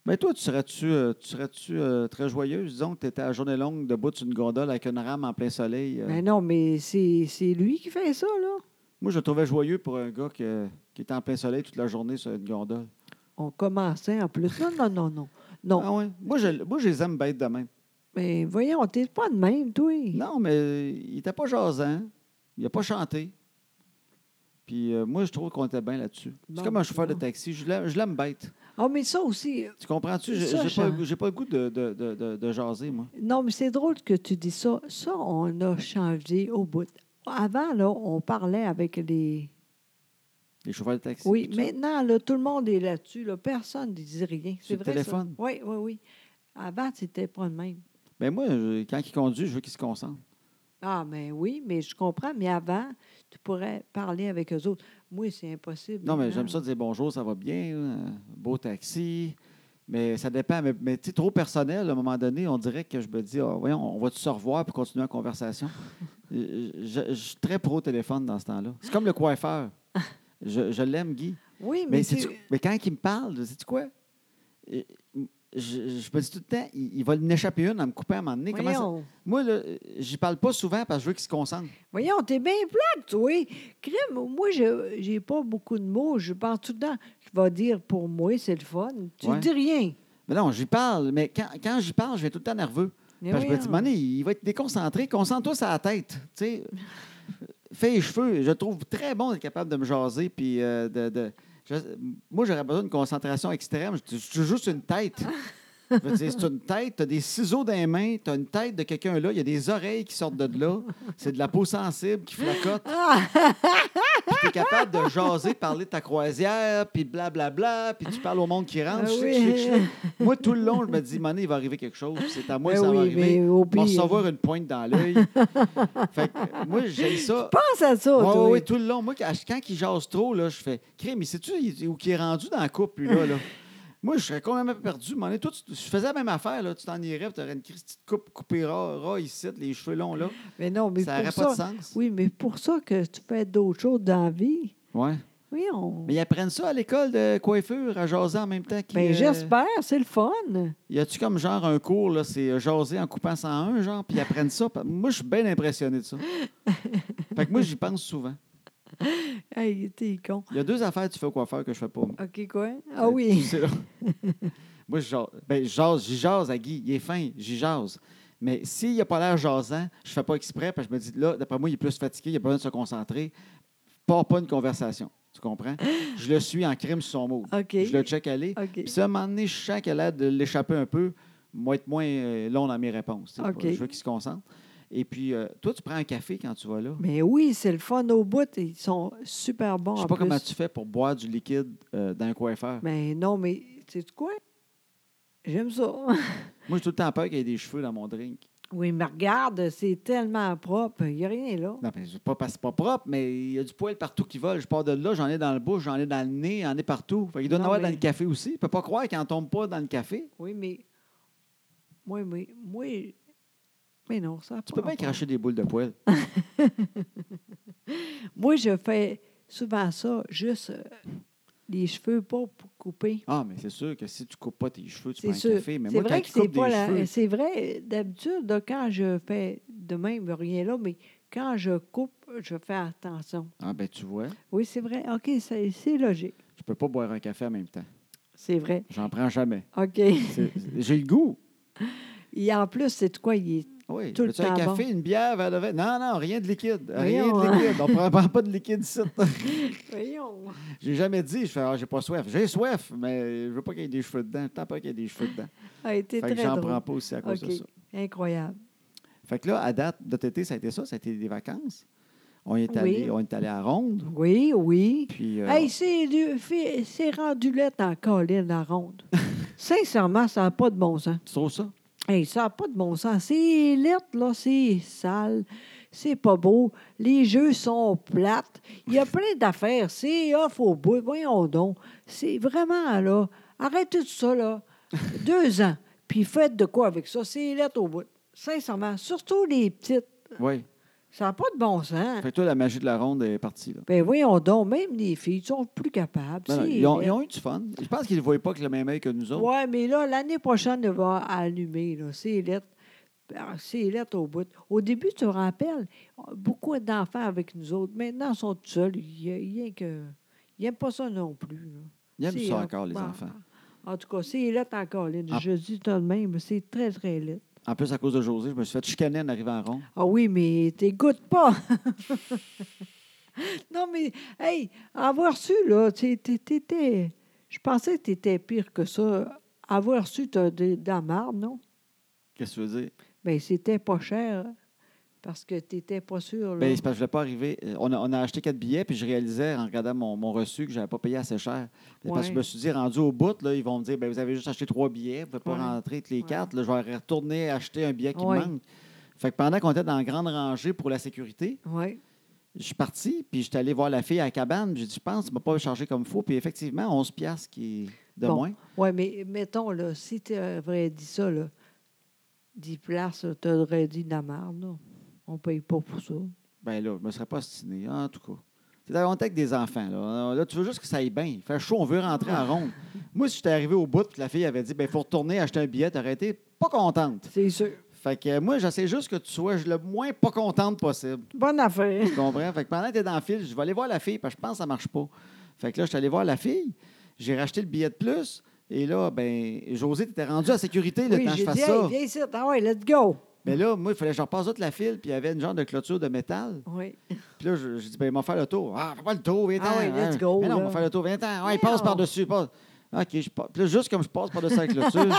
Mais toi, tu serais-tu euh, tu serais-tu euh, très joyeuse? Disons que tu étais à journée longue debout sur une gondole avec une rame en plein soleil. euh.
Ben non, mais c'est c'est lui qui fait ça, là.
Moi, je le trouvais joyeux pour un gars que- qui était en plein soleil toute la journée sur une gondole.
On commençait en plus. Non, non, non, non. Non,
Ah ouais? Moi, je, moi, je les aime bêtes de même.
mais voyons, t'es pas de même, toi.
Non, mais il n'était pas jasant. Il n'a pas chanté. Puis euh, moi, je trouve qu'on était bien là-dessus.
Bon,
C'est comme un chauffeur de
bon.
taxi. Je l'aime je l'aime bête.
Ah, mais ça aussi. euh,
Tu comprends-tu? J'ai j'ai
Ça,
pas,
Jean.
le goût- j'ai pas le goût de, de, de, de- de jaser, moi.
Non, mais c'est drôle que tu dis ça. Ça, on a changé au bout. Avant, là, on parlait avec les.
Les chauffeurs de taxi.
Oui,
tout ça.
maintenant, là, tout le monde est là-dessus. Là. Personne ne dit rien.
Sur
C'est
le
vrai.
téléphone.
Ça. Oui, oui, oui. Avant, c'était pas le même.
Ben moi, je- quand il conduit, je veux qu'il se concentre.
Ah, mais oui, mais je comprends. Mais avant, tu pourrais parler avec eux autres. Moi, c'est impossible.
Non, mais
maintenant.
j'aime ça dire bonjour, ça va bien, euh, beau taxi. Mais ça dépend. Mais, mais tu sais, trop personnel, à un moment donné, on dirait que je me dis, Ah, voyons, on va-tu se revoir pour continuer la conversation? je, je- je suis très pro-téléphone dans ce temps-là. C'est comme le coiffeur. Je, je l'aime, Guy.
Oui, mais,
Mais,
tu-
sais-tu- mais quand il me parle, sais-tu quoi? Euh, Je, je me dis tout le temps, il, il va en échapper une en me couper à un moment donné. Comment ça-
Voyons.
Moi, là, euh, j'y parle pas souvent parce que je veux qu'il se concentre.
Voyons, t'es bien plate, toi. Crime, moi, je j'ai pas beaucoup de mots. Je parle tout le temps. Je vais dire pour moi, c'est le fun. Tu
Ouais.
dis rien.
Mais non, j'y parle. Mais quand, quand j'y parle, je vais tout le temps nerveux.
Mais
Parce que je me dis,
voyons.
Mané, il va être déconcentré. Concentre-toi sur la tête. Tu sais, fais les cheveux. Je le trouve très bon d'être capable de me jaser. Puis euh, de, de- je- moi, j'aurais besoin d'une concentration extrême. Je je suis juste une tête. Je veux dire, c'est une tête, tu as des ciseaux dans les mains, tu as une tête de quelqu'un là, il y a des oreilles qui sortent de là, c'est de la peau sensible qui flacote.
Ah!
Puis tu es capable de jaser, parler de ta croisière, puis blablabla, puis tu parles au monde qui rentre.
Ah
je sais,
oui.
je sais, je sais. Moi, tout le long, je me dis, Mané, il va arriver quelque chose, puis c'est à moi que
Ben
ça va
oui,
arriver.
mais au
On va
pire.
recevoir une pointe dans l'œil. fait que, moi, j'ai ça.
Pense à ça,
Oui,
toi.
oui, tout le long. Moi, quand quand il jase trop, là, je fais Crime, mais sais-tu il- où qui est rendu dans la coupe, lui, là, là? Moi, je serais complètement perdu. M'en est- toi, tu, je faisais la même affaire, là. Tu t'en irais, tu aurais une petite coupe coupée ras, ras ici, les cheveux longs, là.
Mais non, mais
ça
pour
n'aurait
ça.
pas de sens.
Oui, mais pour ça que tu fais d'autres choses dans la vie.
Ouais.
Oui, on.
Mais ils apprennent ça à l'école de coiffure, à jaser en même temps. qu'ils,
Ben,
euh,
j'espère, c'est le fun.
Y a-tu comme genre un cours, là, c'est euh, jaser en coupant 101, genre, puis ils apprennent ça? Pa- Moi, je suis bien impressionné de ça. fait que moi, j'y pense souvent.
Hey, t'es con.
Il y a deux affaires que tu fais au coiffeur que je fais pas. moi.
OK, quoi? Ah
Euh, tu
oui.
sais, là. Moi, je jase. Ben, je jase- j'y jase à Guy. Il est fin, j'y jase. Mais s'il n'a pas l'air jasant, je fais pas exprès, parce que je me dis, là, d'après moi, il est plus fatigué, il a pas besoin de se concentrer. Pars pas une conversation. Tu comprends? Je le suis en crime sur son mot.
OK.
Je le check aller.
OK.
Puis ça, à un moment donné, je sens qu'il a l'air de l'échapper un peu, moi être moins euh, long dans mes réponses. tu sais,
OK.
Je veux qu'il se concentre. Et puis, euh, toi, tu prends un café quand tu vas là.
Mais oui, c'est le fun au bout. Ils sont super bons.
Je sais
en
pas
plus.
comment tu fais pour boire du liquide euh, dans un coiffeur.
Mais non, mais tu sais quoi? J'aime ça.
Moi, j'ai tout le temps peur qu'il y ait des cheveux dans mon drink.
oui, mais regarde, c'est tellement propre. Il n'y a rien là.
Non, mais c'est pas parce que c'est pas propre, mais il y a du poil partout qui vole. Je pars de là, j'en ai dans le bouche, j'en ai dans le nez, j'en ai partout. Fait il doit en
Non,
avoir
mais-
dans le café aussi. Il peut pas croire qu'il en tombe pas dans le café.
Oui, mais. Oui, mais. Moi. Mais non, ça a
Tu
pas
peux pas
rapport.
cracher des boules de poil.
Moi, je fais souvent ça, juste euh, les cheveux pas pour couper.
Ah, mais c'est sûr que si tu coupes pas tes cheveux, tu
C'est
prends un
sûr.
café. Mais
C'est
moi, quand
vrai que
tu
c'est
coupes des
pas la...
cheveux,
C'est vrai, d'habitude, là, quand je fais de même, rien là, mais quand je coupe, je fais attention.
ah ben tu vois,
Oui, c'est vrai. OK, c'est c'est logique.
je peux pas boire un café en même temps.
C'est vrai.
J'en prends jamais.
OK.
C'est- J'ai le goût.
Et en plus, c'est de quoi? Il est...
Oui,
Tout le
veux-tu un
temps
café, une bière, un verre de vin? Non, non, rien de liquide. Rien
Voyons, hein.
de liquide. On ne prend pas de liquide ici.
Voyons.
J'ai jamais dit, je fais, ah, j'ai pas soif. J'ai soif, mais je veux pas qu'il y ait des cheveux dedans. Tant pas qu'il y ait des cheveux dedans.
A été
Fait que
Ah, très
j'en
drôle.
prends pas aussi à cause
OK.
de ça.
Incroyable.
Fait que là, à date de été, ça a été ça, ça a été des vacances. On y est
Oui.
allé, on est allé à Ronde,
Oui, oui.
puis euh,
Hey, c'est du- fait- c'est rendu lettre en colline, la ronde. Sincèrement, ça n'a pas de bon sens.
tu trouves ça?
Hey, ça n'a pas de bon sens. C'est lettre, là, c'est sale. C'est pas beau. Les jeux sont plates. Il y a plein d'affaires. C'est off au bout. Voyons donc. C'est vraiment, là. Arrêtez tout ça, là. Deux ans. Puis faites de quoi avec ça? C'est lettre au bout. Sincèrement. Surtout les petites.
Oui.
Ça n'a pas de bon sens.
Fait que toi, la magie de la Ronde est partie. Là.
Ben voyons donc, même les filles sont plus capables.
Non, non,
C'est
ils, ont,
laid.
ils ont eu du fun. Je pense qu'ils ne voyaient pas avec le même œil que nous autres.
Oui, mais là, l'année prochaine, elle va allumer. là. C'est lettre. ah, C'est lettre au bout. Au début, tu te rappelles, beaucoup d'enfants avec nous autres. Maintenant, ils sont tout seuls. Ils n'aiment que... ils aiment pas ça non plus. là.
Ils aiment
C'est,
ça
euh,
encore, les
bah,
enfants.
En tout cas, c'est lettre encore, Lynn.
Ah.
Je dis tout de même, c'est très, très lettre.
En plus, à cause de José, je me suis fait chicaner en arrivant à Ronde.
Ah oui, mais t'écoutes pas. non, mais, hey, avoir su, là, tu sais, t'é- t'étais. Je pensais que t'étais pire que ça. Avoir su, t'as de, de la marde, non?
Qu'est-ce que tu veux dire?
Bien, Ben, c'était pas cher parce que t'étais pas sûr, là.
Ben, c'est parce que je voulais pas arriver. Euh, On a, on a acheté quatre billets, puis je réalisais en regardant mon, mon reçu que je n'avais pas payé assez cher. C'est Parce que je
Ouais.
me suis dit, rendu au bout, là, ils vont me dire, ben, vous avez juste acheté trois billets, vous ne pouvez pas
Ouais.
rentrer avec les
Ouais.
quatre. là, je vais retourner acheter un billet qui me
Ouais.
manque. Fait que pendant qu'on était dans la grande rangée pour la sécurité,
Oui.
je suis parti, puis je suis allé voir la fille à la cabane. puis J'ai dit, je pense, tu ne m'as pas chargé comme faux. Puis effectivement, 11 piastres qui est de
Bon.
moins.
Oui, mais mettons, là, si tu avais dit ça, là, 10 places, tu aurais dit de la marde, là. On paye pas pour ça.
Ben là, je me serais pas ostiné, en tout cas. C'est on était avec des enfants. Là. là, tu veux juste que ça aille bien. Il fait chaud, on veut rentrer en ronde. Moi, si j'étais arrivé au bout puis que la fille avait dit, ben faut retourner acheter un billet, t'aurais été pas contente.
C'est sûr.
Fait que euh, moi, j'essaie juste que tu sois le moins pas contente possible.
Bonne affaire.
Tu comprends? Fait que pendant que t'es dans le fil, je vais aller voir la fille parce que je pense que ça marche pas. Fait que là, je suis allé voir la fille, j'ai racheté le billet de plus. Et là, ben, José, t'étais rendu à sécurité le
Oui,
temps que je
j'ai
fasse
dit,
ça.
hey, viens ici. Ah ouais, let's go.
Mais là, moi, il fallait que je repasse toute la file, puis il y avait une genre de clôture de métal.
Oui.
Puis là, je, je dis, ben, il m'a faire le tour. Ah, fais pas le tour, 20 ans.
Ah ouais, let's
hein.
go,
Mais non,
là.
il m'a faire le tour, 20 ans. Ah, il
Non.
passe par-dessus. passe. OK, je passe. Puis là, juste comme je passe par-dessus la clôture,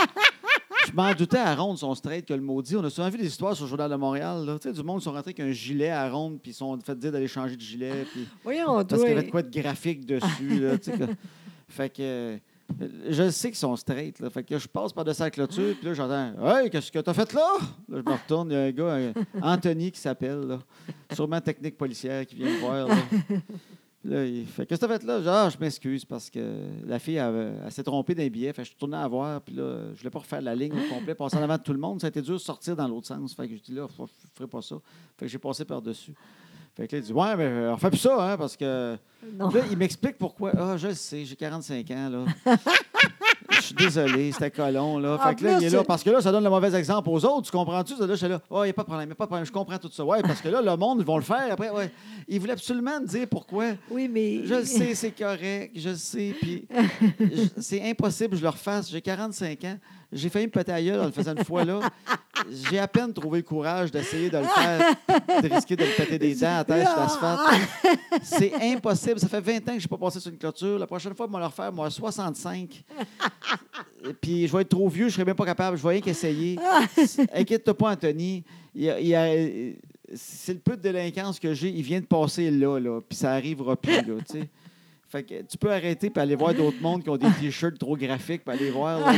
Je m'en doutais à ronde, son straight que le maudit. On a souvent vu des histoires sur le Journal de Montréal. là. Tu sais, du monde, ils sont rentrés avec un gilet à ronde, puis ils sont fait dire d'aller changer de gilet. Puis...
Voyons,
Parce
toi.
qu'il y avait de quoi de graphique dessus. Là, tu sais, que- fait que euh, je sais qu'ils sont straight. Là, fait que je passe par-dessus la clôture, puis là, j'entends Hey, qu'est-ce que t'as fait là? Là, je me retourne, il y a un gars, euh, Anthony, qui s'appelle. là. Sûrement technique policière qui vient me voir. Là. Puis là, il fait Qu'est-ce que t'as fait là? Je dis, Ah, je m'excuse parce que la fille, elle, euh, elle s'est trompée d'un billet. Fait que je suis tourné à voir, puis là, je voulais pas refaire la ligne au complet, passer en avant de tout le monde. Ça a été dur de sortir dans l'autre sens. Fait que je dis là, faut- je ferai pas ça. Fait que j'ai passé par-dessus. Fait que là, il dit Ouais, mais euh, on fait plus ça, hein, parce que.
Non.
Là, il m'explique pourquoi. Ah, je le sais, j'ai 45 ans, là. Je suis désolé, c'était colon, là.
En
Fait que là, il
plus,
est là.
c'est-
Parce que là, ça donne le mauvais exemple aux autres. Tu comprends-tu? Ça, Là, j'étais là. Oh, il n'y a pas de problème, il n'y a pas de problème. Je comprends tout ça. Ouais, parce que là, le monde, ils vont le faire. Après, ouais. Il voulait absolument me dire pourquoi.
Oui, mais.
Je le sais, c'est correct, je le sais, puis je- c'est impossible que je le refasse. J'ai 45 ans, j'ai failli me péter à gueule en le faisant une fois là. J'ai à peine trouvé le courage d'essayer de le faire, puis de risquer de me péter des dents à terre sur l'asphalte. C'est impossible, ça fait 20 ans que je n'ai pas passé sur une clôture. La prochaine fois, je vais le refaire, moi, à 65. Puis je vais être trop vieux, je ne serai même pas capable, je vais rien qu'essayer. Inquiète-toi pas, Anthony. Il y a- il y a- c'est le peu de délinquance que j'ai, il vient de passer là, là, puis ça arrivera plus, là, tu sais. Fait que tu peux arrêter puis aller voir d'autres mondes qui ont des t-shirts trop graphiques puis aller voir, là,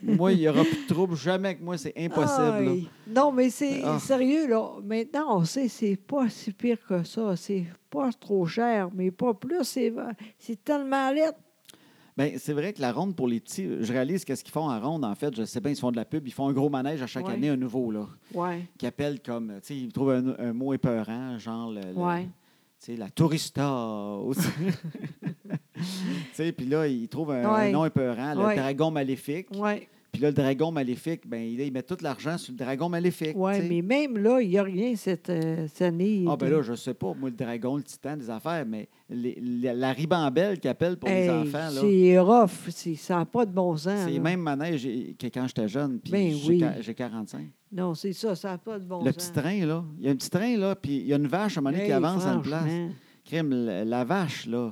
mais moi, il n'y aura plus de trouble jamais que moi, c'est impossible. là.
Aïe. Ah Non, mais c'est
Ah.
sérieux, là. Maintenant, on sait c'est pas si pire que ça. C'est pas trop cher, mais pas plus. C'est c'est tellement lettre.
Ben, c'est vrai que la ronde pour les petits, je réalise qu'est-ce qu'ils font en ronde, en fait. Je sais bien, ils se font de la pub, ils font un gros manège à chaque
Ouais.
année, un nouveau, là,
Oui.
qui appelle comme, tu sais, ils trouvent un, un mot épeurant, genre le- le-
Oui.
tu sais, la tourista. ou- tu sais, puis là, ils trouvent un,
Ouais.
un nom épeurant, le
Ouais.
dragon maléfique.
Oui.
Puis là, le dragon maléfique, ben, il, il met tout l'argent sur le dragon maléfique. tu
Oui,
sais.
mais même là, il n'y a rien cette, euh, cette année.
Ah, ben là, je sais pas, moi, le dragon, le titan, des affaires, mais les- la, la ribambelle qui appelle pour
Hey,
les enfants, là.
C'est rough. c'est- Ça n'a pas de bon sens.
C'est
là.
les mêmes manèges que quand j'étais jeune, puis
Ben
j'ai
oui.
qua- j'ai 45.
Non, c'est ça. Ça n'a pas de bon
le
sens.
petit train, là. Il y a un petit train, là, puis il y a une vache à un moment donné qui
Hey,
avance en place.
franchement.
Crime, la, la vache, là.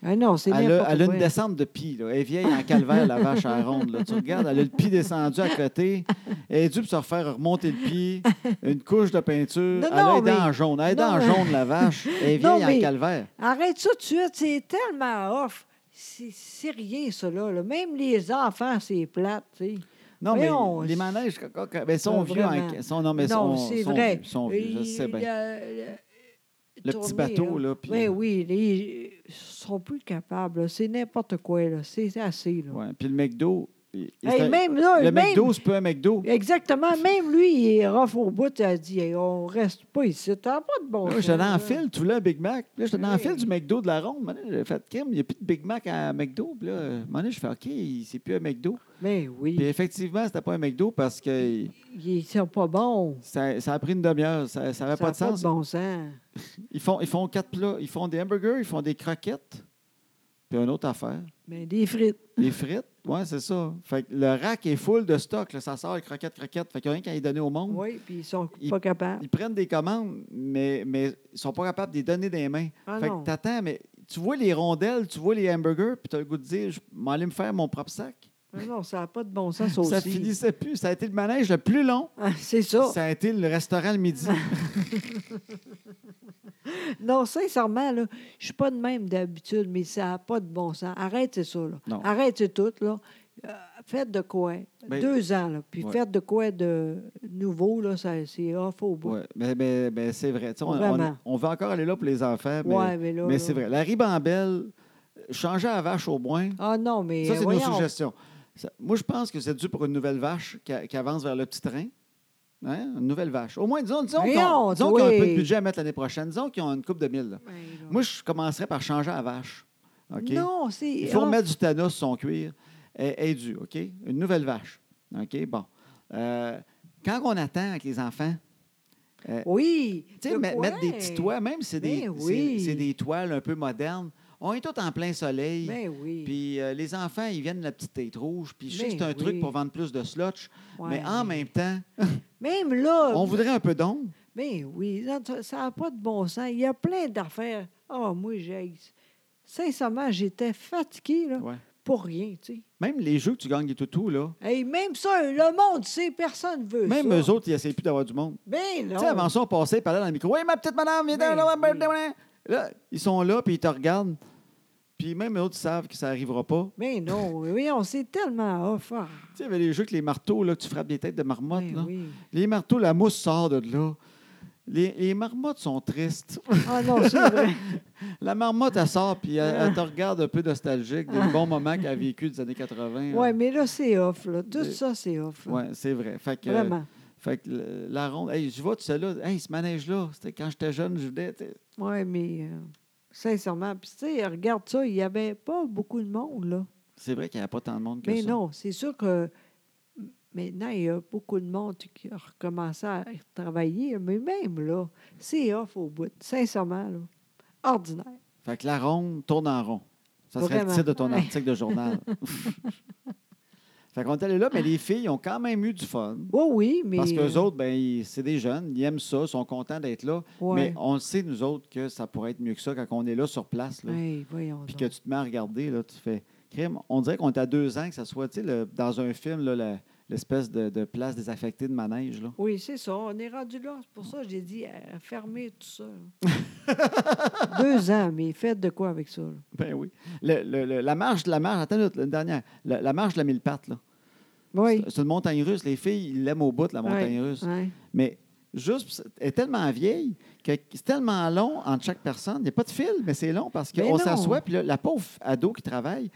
Ah non, c'est
Elle a,
n'importe
elle a
quoi.
une descente de pie, là. Elle est vieille en calvaire, la vache à la ronde, là. Tu regardes, elle a le pie descendu à côté. Elle est due pour se refaire remonter le pie, une couche de peinture.
Non,
elle a
non,
les dents
mais-
en jaune. Elle est
non,
en
mais-
jaune, la vache. Elle est vieille
Non,
en
mais-
calvaire.
Arrête ça tout de suite, c'est tellement off. C'est c'est rien, ça, là. là. Même les enfants, c'est plate, tu sais.
Non, mais
Voyons,
les manèges, quand- quand- quand- ben, sont
Ah,
vieux. en-
vraiment.
sont- non, mais
non,
sont-
c'est
sont
vrai.
vieux, sont vieux, je
Il-
sais bien.
le-
Le
tourner,
petit bateau, là, puis- euh,
Ben oui, les- ils sont plus capables. là. C'est n'importe quoi, là. C'est assez, là.
Ouais. Puis le McDo. il- il-
Hey,
c'est un-
même là,
le
même-
McDo, c'est pas un McDo.
Exactement. Même lui, il est rough au bout. Il a dit, Hey, on reste pas ici. T'as pas de bon
Là,
sens.
J'étais dans
là.
le fil, tu voulais un Big Mac. Puis Là, j'étais dans le
Oui.
fil du McDo de la ronde. Mané, J'ai fait crime, il n'y a plus de Big Mac à McDo. Puis là, à un moment donné, je fais OK, il- c'est plus un McDo.
Ben
Puis
oui,
effectivement, c'était pas un McDo parce que il-
ils sont pas bons.
ça, ça a pris une demi-heure. Ça n'avait
Ça
pas de
a
sens.
bon sens.
Ils, font, ils font quatre plats. Ils font des hamburgers, ils font des croquettes. Puis une autre affaire.
Mais Ben, des frites.
Des frites. Oui, c'est ça. Fait que le rack est full de stock. là. Ça sort les croquettes, croquettes. Fait que rien qu'à les donner au monde.
Oui, puis ils sont
Ils-
pas capables.
Ils prennent des commandes, mais, mais ils sont pas capables de les donner des mains.
Ah
fait
non.
que t'attends, mais tu vois les rondelles, tu vois les hamburgers, puis t'as le goût de dire, je m'en allais me faire mon propre sac.
Non, ah non, ça n'a pas de bon sens aussi.
Ça finissait plus. Ça a été le manège le plus long.
Ah, c'est ça.
Ça a été le restaurant le midi.
Non, sincèrement, là, je suis pas de même d'habitude, mais ça n'a pas de bon sens. Arrêtez ça, là.
Non.
Arrêtez tout, là. Euh, faites de quoi?
Ben,
Deux ans, là. Puis
ouais.
faites de quoi de nouveau, là, ça, c'est off au bout.
Ouais, mais, mais- mais c'est vrai. Tu sais, On,
Vraiment.
on, on veut encore aller là pour les enfants, mais,
Ouais, mais là,
mais
là.
c'est vrai. La ribambelle, euh, changer la vache au moins,
Ah non, mais
ça, c'est nos
voyons.
suggestions. Ça- moi, je pense que c'est dû pour une nouvelle vache qui, a- qui avance vers le petit train. Hein? Une nouvelle vache. Au moins, disons, disons,
Voyons,
qu'on, disons qu'ils ont un peu
oui.
de budget à mettre l'année prochaine. Disons qu'ils ont une coupe de mille. là.
Ben, là.
Moi, je commencerais par changer la vache. OK?
Non, c'est...
Il faut
ah,
remettre du tannin sur son cuir. Elle elle est due, OK? Une nouvelle vache. OK? Bon. Euh, quand on attend avec les enfants,
Oui.
tu sais,
de
met-
quoi?
mettre des petits toits, même si c'est des,
Ben
c'est-
oui.
c'est des toiles un peu modernes, on est tous en plein soleil.
Ben oui.
Puis euh, les enfants, ils viennent de la petite tête rouge. Puis je sais que
Ben
c'est un
oui.
truc pour vendre plus de slotch.
Ouais.
Mais en même temps,
Même là,
on voudrait un peu d'ombre.
Ben oui, non, ça- ça n'a pas de bon sens. Il y a plein d'affaires. Ah, moi, j'ai. Sincèrement, j'étais fatiguée. Là.
Ouais.
pour rien, tu sais.
Même les jeux que tu gagnes des toutous, là,
Hey, même ça, le monde sait, personne veut
même
ça.
eux autres, ils essaient plus d'avoir du monde.
Mais
Tu
non.
sais, avant ça, on passait, ils parlaient dans le micro. Oui, ma petite madame, viens
Ben
là,
oui.
là, là, ils sont là, puis ils te regardent. Puis même eux autres, ils savent que ça n'arrivera pas.
Mais Ben non, oui, on s'est tellement off. Ah,
Tu sais, il y avait les jeux avec les marteaux, là, que tu frappes des têtes de marmottes,
ben
là.
oui.
Les marteaux, la mousse sort de là. Les, les marmottes sont tristes.
Ah non, c'est vrai.
La marmotte, elle sort, puis elle, elle te regarde un peu nostalgique des bons moments qu'elle a vécu des années 80.
Oui,
là.
mais là, c'est off. Là. Tout
Mais-
ça, c'est off. là.
Euh, Ouais, c'est vrai. Fait que,
Vraiment.
fait que le- la ronde, hey, je vois, tu sais, là, hey, ce manège-là, c'était quand j'étais jeune, je venais. tu sais.
Oui, mais euh, sincèrement. Puis, tu sais, regarde ça, il n'y avait pas beaucoup de monde, là.
C'est vrai qu'il n'y avait pas tant de monde que
Mais
ça.
non, c'est sûr que maintenant, il y a beaucoup de monde qui a recommencé à travailler, mais même là, c'est off au bout, sincèrement, là. Ordinaire.
Fait que la ronde tourne en rond. Ça serait le
Vraiment.
titre de ton
Ouais.
article de journal. fait qu'on est allé là, mais les filles ont quand même eu du fun.
Oui, oui, mais.
Parce qu'eux
euh,
autres, ben, ils- c'est des jeunes, ils aiment ça, ils sont contents d'être là.
euh, ouais.
Mais on le sait, nous autres, que ça pourrait être mieux que ça quand on est là sur place. là,
Hey, voyons
Puis que
donc.
tu te mets à regarder, là, tu fais crime. On dirait qu'on est à deux ans, que ça soit tu sais, le- dans un film, là, la- l'espèce de, de place désaffectée de manège. Là.
Oui, c'est ça. On est rendu là. C'est pour ça que j'ai dit euh, fermer tout ça. là. Deux ans, mais faites de quoi avec ça? là?
Ben oui. Le- le- le- la marche de la marche, attends une minute, une dernière. La, la marche de la mille pattes, là.
Oui. hein.
C'est- C'est une montagne russe. Les filles, ils l'aiment au bout, la montagne russe.
Ouais.
Mais juste, elle est tellement vieille que c'est tellement long entre chaque personne. Il n'y a pas de fil, mais c'est long parce
Mais
qu'on
non.
s'assoit, puis là, la pauvre ado qui travaille,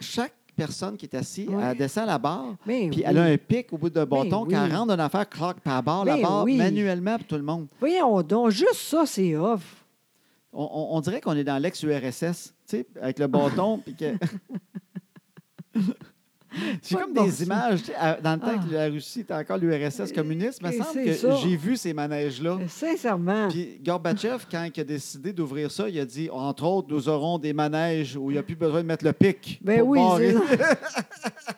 chaque personne qui est assise,
Ouais.
elle descend la barre, puis
Mais Ben oui. Ben
elle a un pic au bout d'un bâton,
oui.
qu'elle rentre dans affaire, cloque par la barre, la
Mais
barre
oui.
manuellement pour tout le monde.
Voyons donc, juste ça, c'est off.
On, on- on dirait qu'on est dans l'ex-URSS, tu sais, avec le bâton, puis que. C'est
Pas de
comme
bon
des
sens.
images. tu sais, à- Dans le temps que la Russie était encore l'URSS communiste, il me
Et
semble
c'est
que
ça.
j'ai vu ces manèges-là.
Sincèrement.
Puis Gorbatchev, quand il a décidé d'ouvrir ça, il a dit entre autres, nous aurons des manèges où il n'y a plus besoin de mettre le pic.
Ben
pour
oui,
barrer.
c'est ça.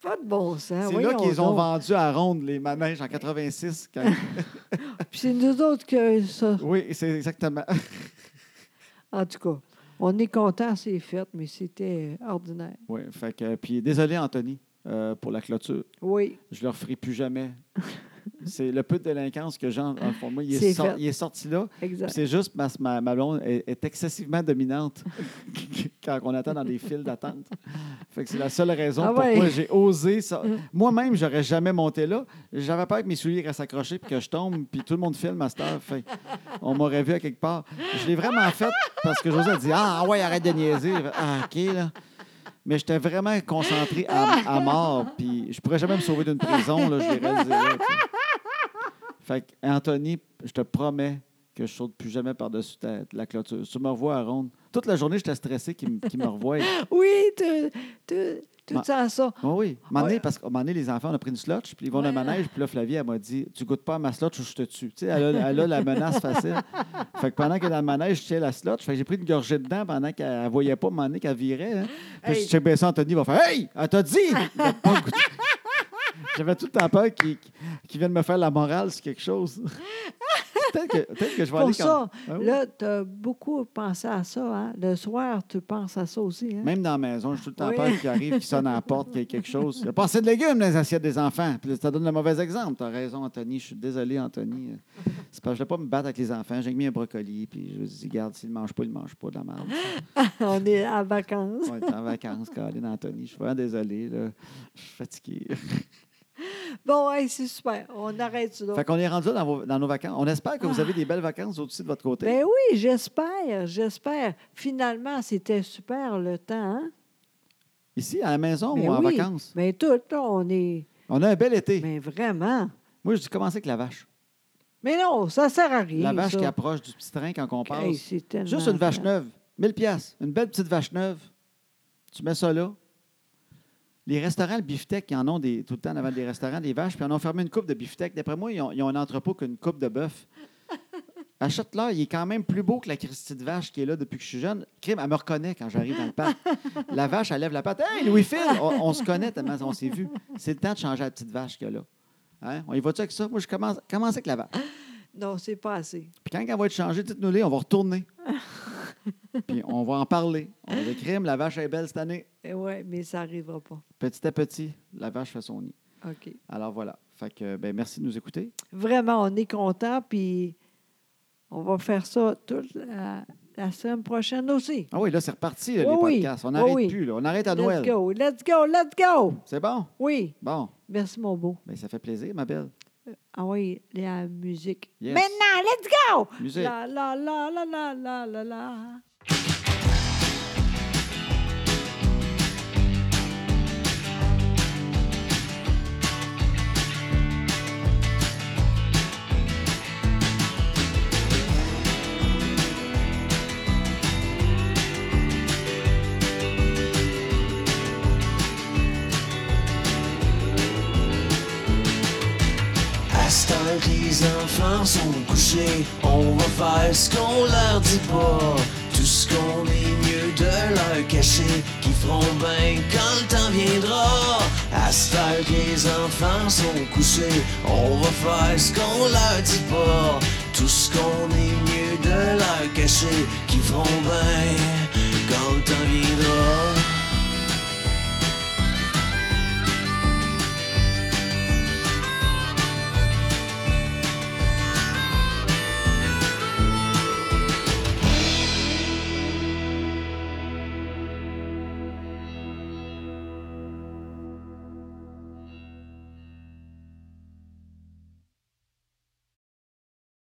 Pas de bon sens.
C'est là
voyons
qu'ils ont
donc.
vendu à Ronde les manèges en 86. quand-
Puis c'est nous autres que ça.
oui, c'est exactement.
En tout cas, on est content, c'est fait, mais c'était ordinaire.
Oui, fait que, puis désolé, Anthony, euh, pour la clôture.
Oui,
Je ne le referai plus jamais. C'est le peu de délinquance que j'ai en en fond de moi. Il est,
C'est
sor-
fait.
il est sorti là. puis
exact.
C'est juste parce que ma, ma blonde est, est excessivement dominante quand on attend dans des files d'attente. Fait que c'est la seule raison
Ah
pourquoi
ouais. Mm.
j'ai osé ça. Moi-même, j'aurais jamais monté là. J'avais peur que mes souliers restent accrochés puis que je tombe, puis tout le monde filme à cette heure. Fait, on m'aurait vu à quelque part. Je l'ai vraiment fait parce que José a dit Ah, ah ouais, arrête de niaiser. Fait, Ah, OK, là. Mais j'étais vraiment concentré à, à mort, puis je pourrais jamais me sauver d'une prison, là, je l'ai réalisé là, tu sais. Fait que, Anthony, je te promets que je saute plus jamais par-dessus ta- la clôture. Si tu me revois à ronde. Toute la journée, j'étais stressé qu'il me- qu'il me revoie.
Oui, tu, tu, tu
Ma-
sens ça.
Oui, Oh, oui. À un moment donné,
Ouais.
parce qu'à un moment donné, les enfants, on a pris une slotch, puis ils vont dans le
Ouais.
manège, puis là, Flavie, elle m'a dit Tu goûtes pas à ma slotch ou je te tue. Tu sais, elle, a, elle a la menace facile. Fait que pendant qu'elle est dans le manège, je tiens la slotch. Fait que j'ai pris une gorgée dedans pendant qu'elle ne voyait pas, à un moment donné, qu'elle virait. hein. Puis
Hey.
je check bien ça, Anthony va faire Hey, elle t'a dit Il a pas goûté. J'avais tout le temps peur qu'il qu'il vienne me faire la morale sur quelque chose. Peut-être que, peut-être que je vais aller
Pour
quand
ça,
Ah oui.
là, tu as beaucoup pensé à ça. Hein? Le soir, tu penses à ça aussi. Hein?
Même dans la maison, j'ai tout le temps
Oui.
peur qu'il arrive, qu'il sonne à la porte, qu'il y ait quelque chose. Il n'y a pas assez de légumes dans les assiettes des enfants. Puis là, ça donne le mauvais exemple. Tu as raison, Anthony. Je suis désolé, Anthony. Euh, C'est parce que je ne pas me battre avec les enfants. J'ai mis un brocoli, puis je me dis, garde, s'il ne mange pas, il ne mange pas de la merde.
on est en vacances.
On est en vacances, Caroline, Anthony. Je suis vraiment désolé. là. Je suis fatigué.
Bon, hey, c'est super. On arrête ça. là.
Fait qu'on est rendu là dans, vos- dans nos vacances. On espère que vous avez des belles vacances au-dessus de votre côté.
Ben oui, j'espère, j'espère. Finalement, c'était super le temps. Hein?
Ici, à la maison
Ben
ou en
oui. Ben
vacances.
Mais tout, là, on est.
On a un bel été.
Mais vraiment.
Moi, je dis, commencez avec la vache.
Mais non, ça sert à rien.
La vache
ça.
qui approche du petit train quand on passe.
Hey, c'est tellement
Juste une vache
plate.
neuve, 1000 pièces, une belle petite vache neuve. Tu mets ça là. Les restaurants, le beefsteak, ils en ont des, tout le temps avant des restaurants, des vaches, puis ils en ont fermé une coupe de beefsteak. D'après moi, ils ont, ils ont un entrepôt qu'une coupe de bœuf. Achète-la, il est quand même plus beau que la Christie de vache qui est là depuis que je suis jeune. Crime, elle me reconnaît quand j'arrive dans le parc. La vache, elle lève la patte. Hey, Louis-Phil! On, on se connaît tellement on s'est vu. C'est le temps de changer la petite vache qu'il y a là. Hein? On y va-tu avec ça? Moi, je commence, commence avec la vache.
Non, c'est pas assez.
Puis quand elle va être changée, dites-nous-les, on va retourner. Puis on va en parler. On va l'écrire, mais la vache est belle cette année.
Oui, Eh mais ça n'arrivera pas.
Petit à petit, la vache fait son nid.
OK.
Alors voilà. Fait que, ben, merci de nous écouter.
Vraiment, on est content, puis on va faire ça toute la, la semaine prochaine aussi.
Ah oui, là, c'est reparti, là,
Oui,
les
oui.
podcasts. On
Oui,
n'arrête
oui.
plus. là. On arrête à
Let's
Noël.
go, let's go, let's go!
C'est bon?
Oui,
Bon.
merci, mon beau.
Ben, ça fait plaisir, ma belle.
Ah oui, la musique.
Yes.
Maintenant, let's go!
Musique.
La, la, la, la, la, la, la, la.
À ce temps que les enfants sont couchés, on va faire ce qu'on leur dit pas. Tout ce qu'on est mieux de leur cacher, qui feront bien quand le temps viendra. À ce temps que les enfants sont couchés, on va faire ce qu'on leur dit pas. Tout ce qu'on est mieux de leur cacher, qui feront bien quand le temps viendra.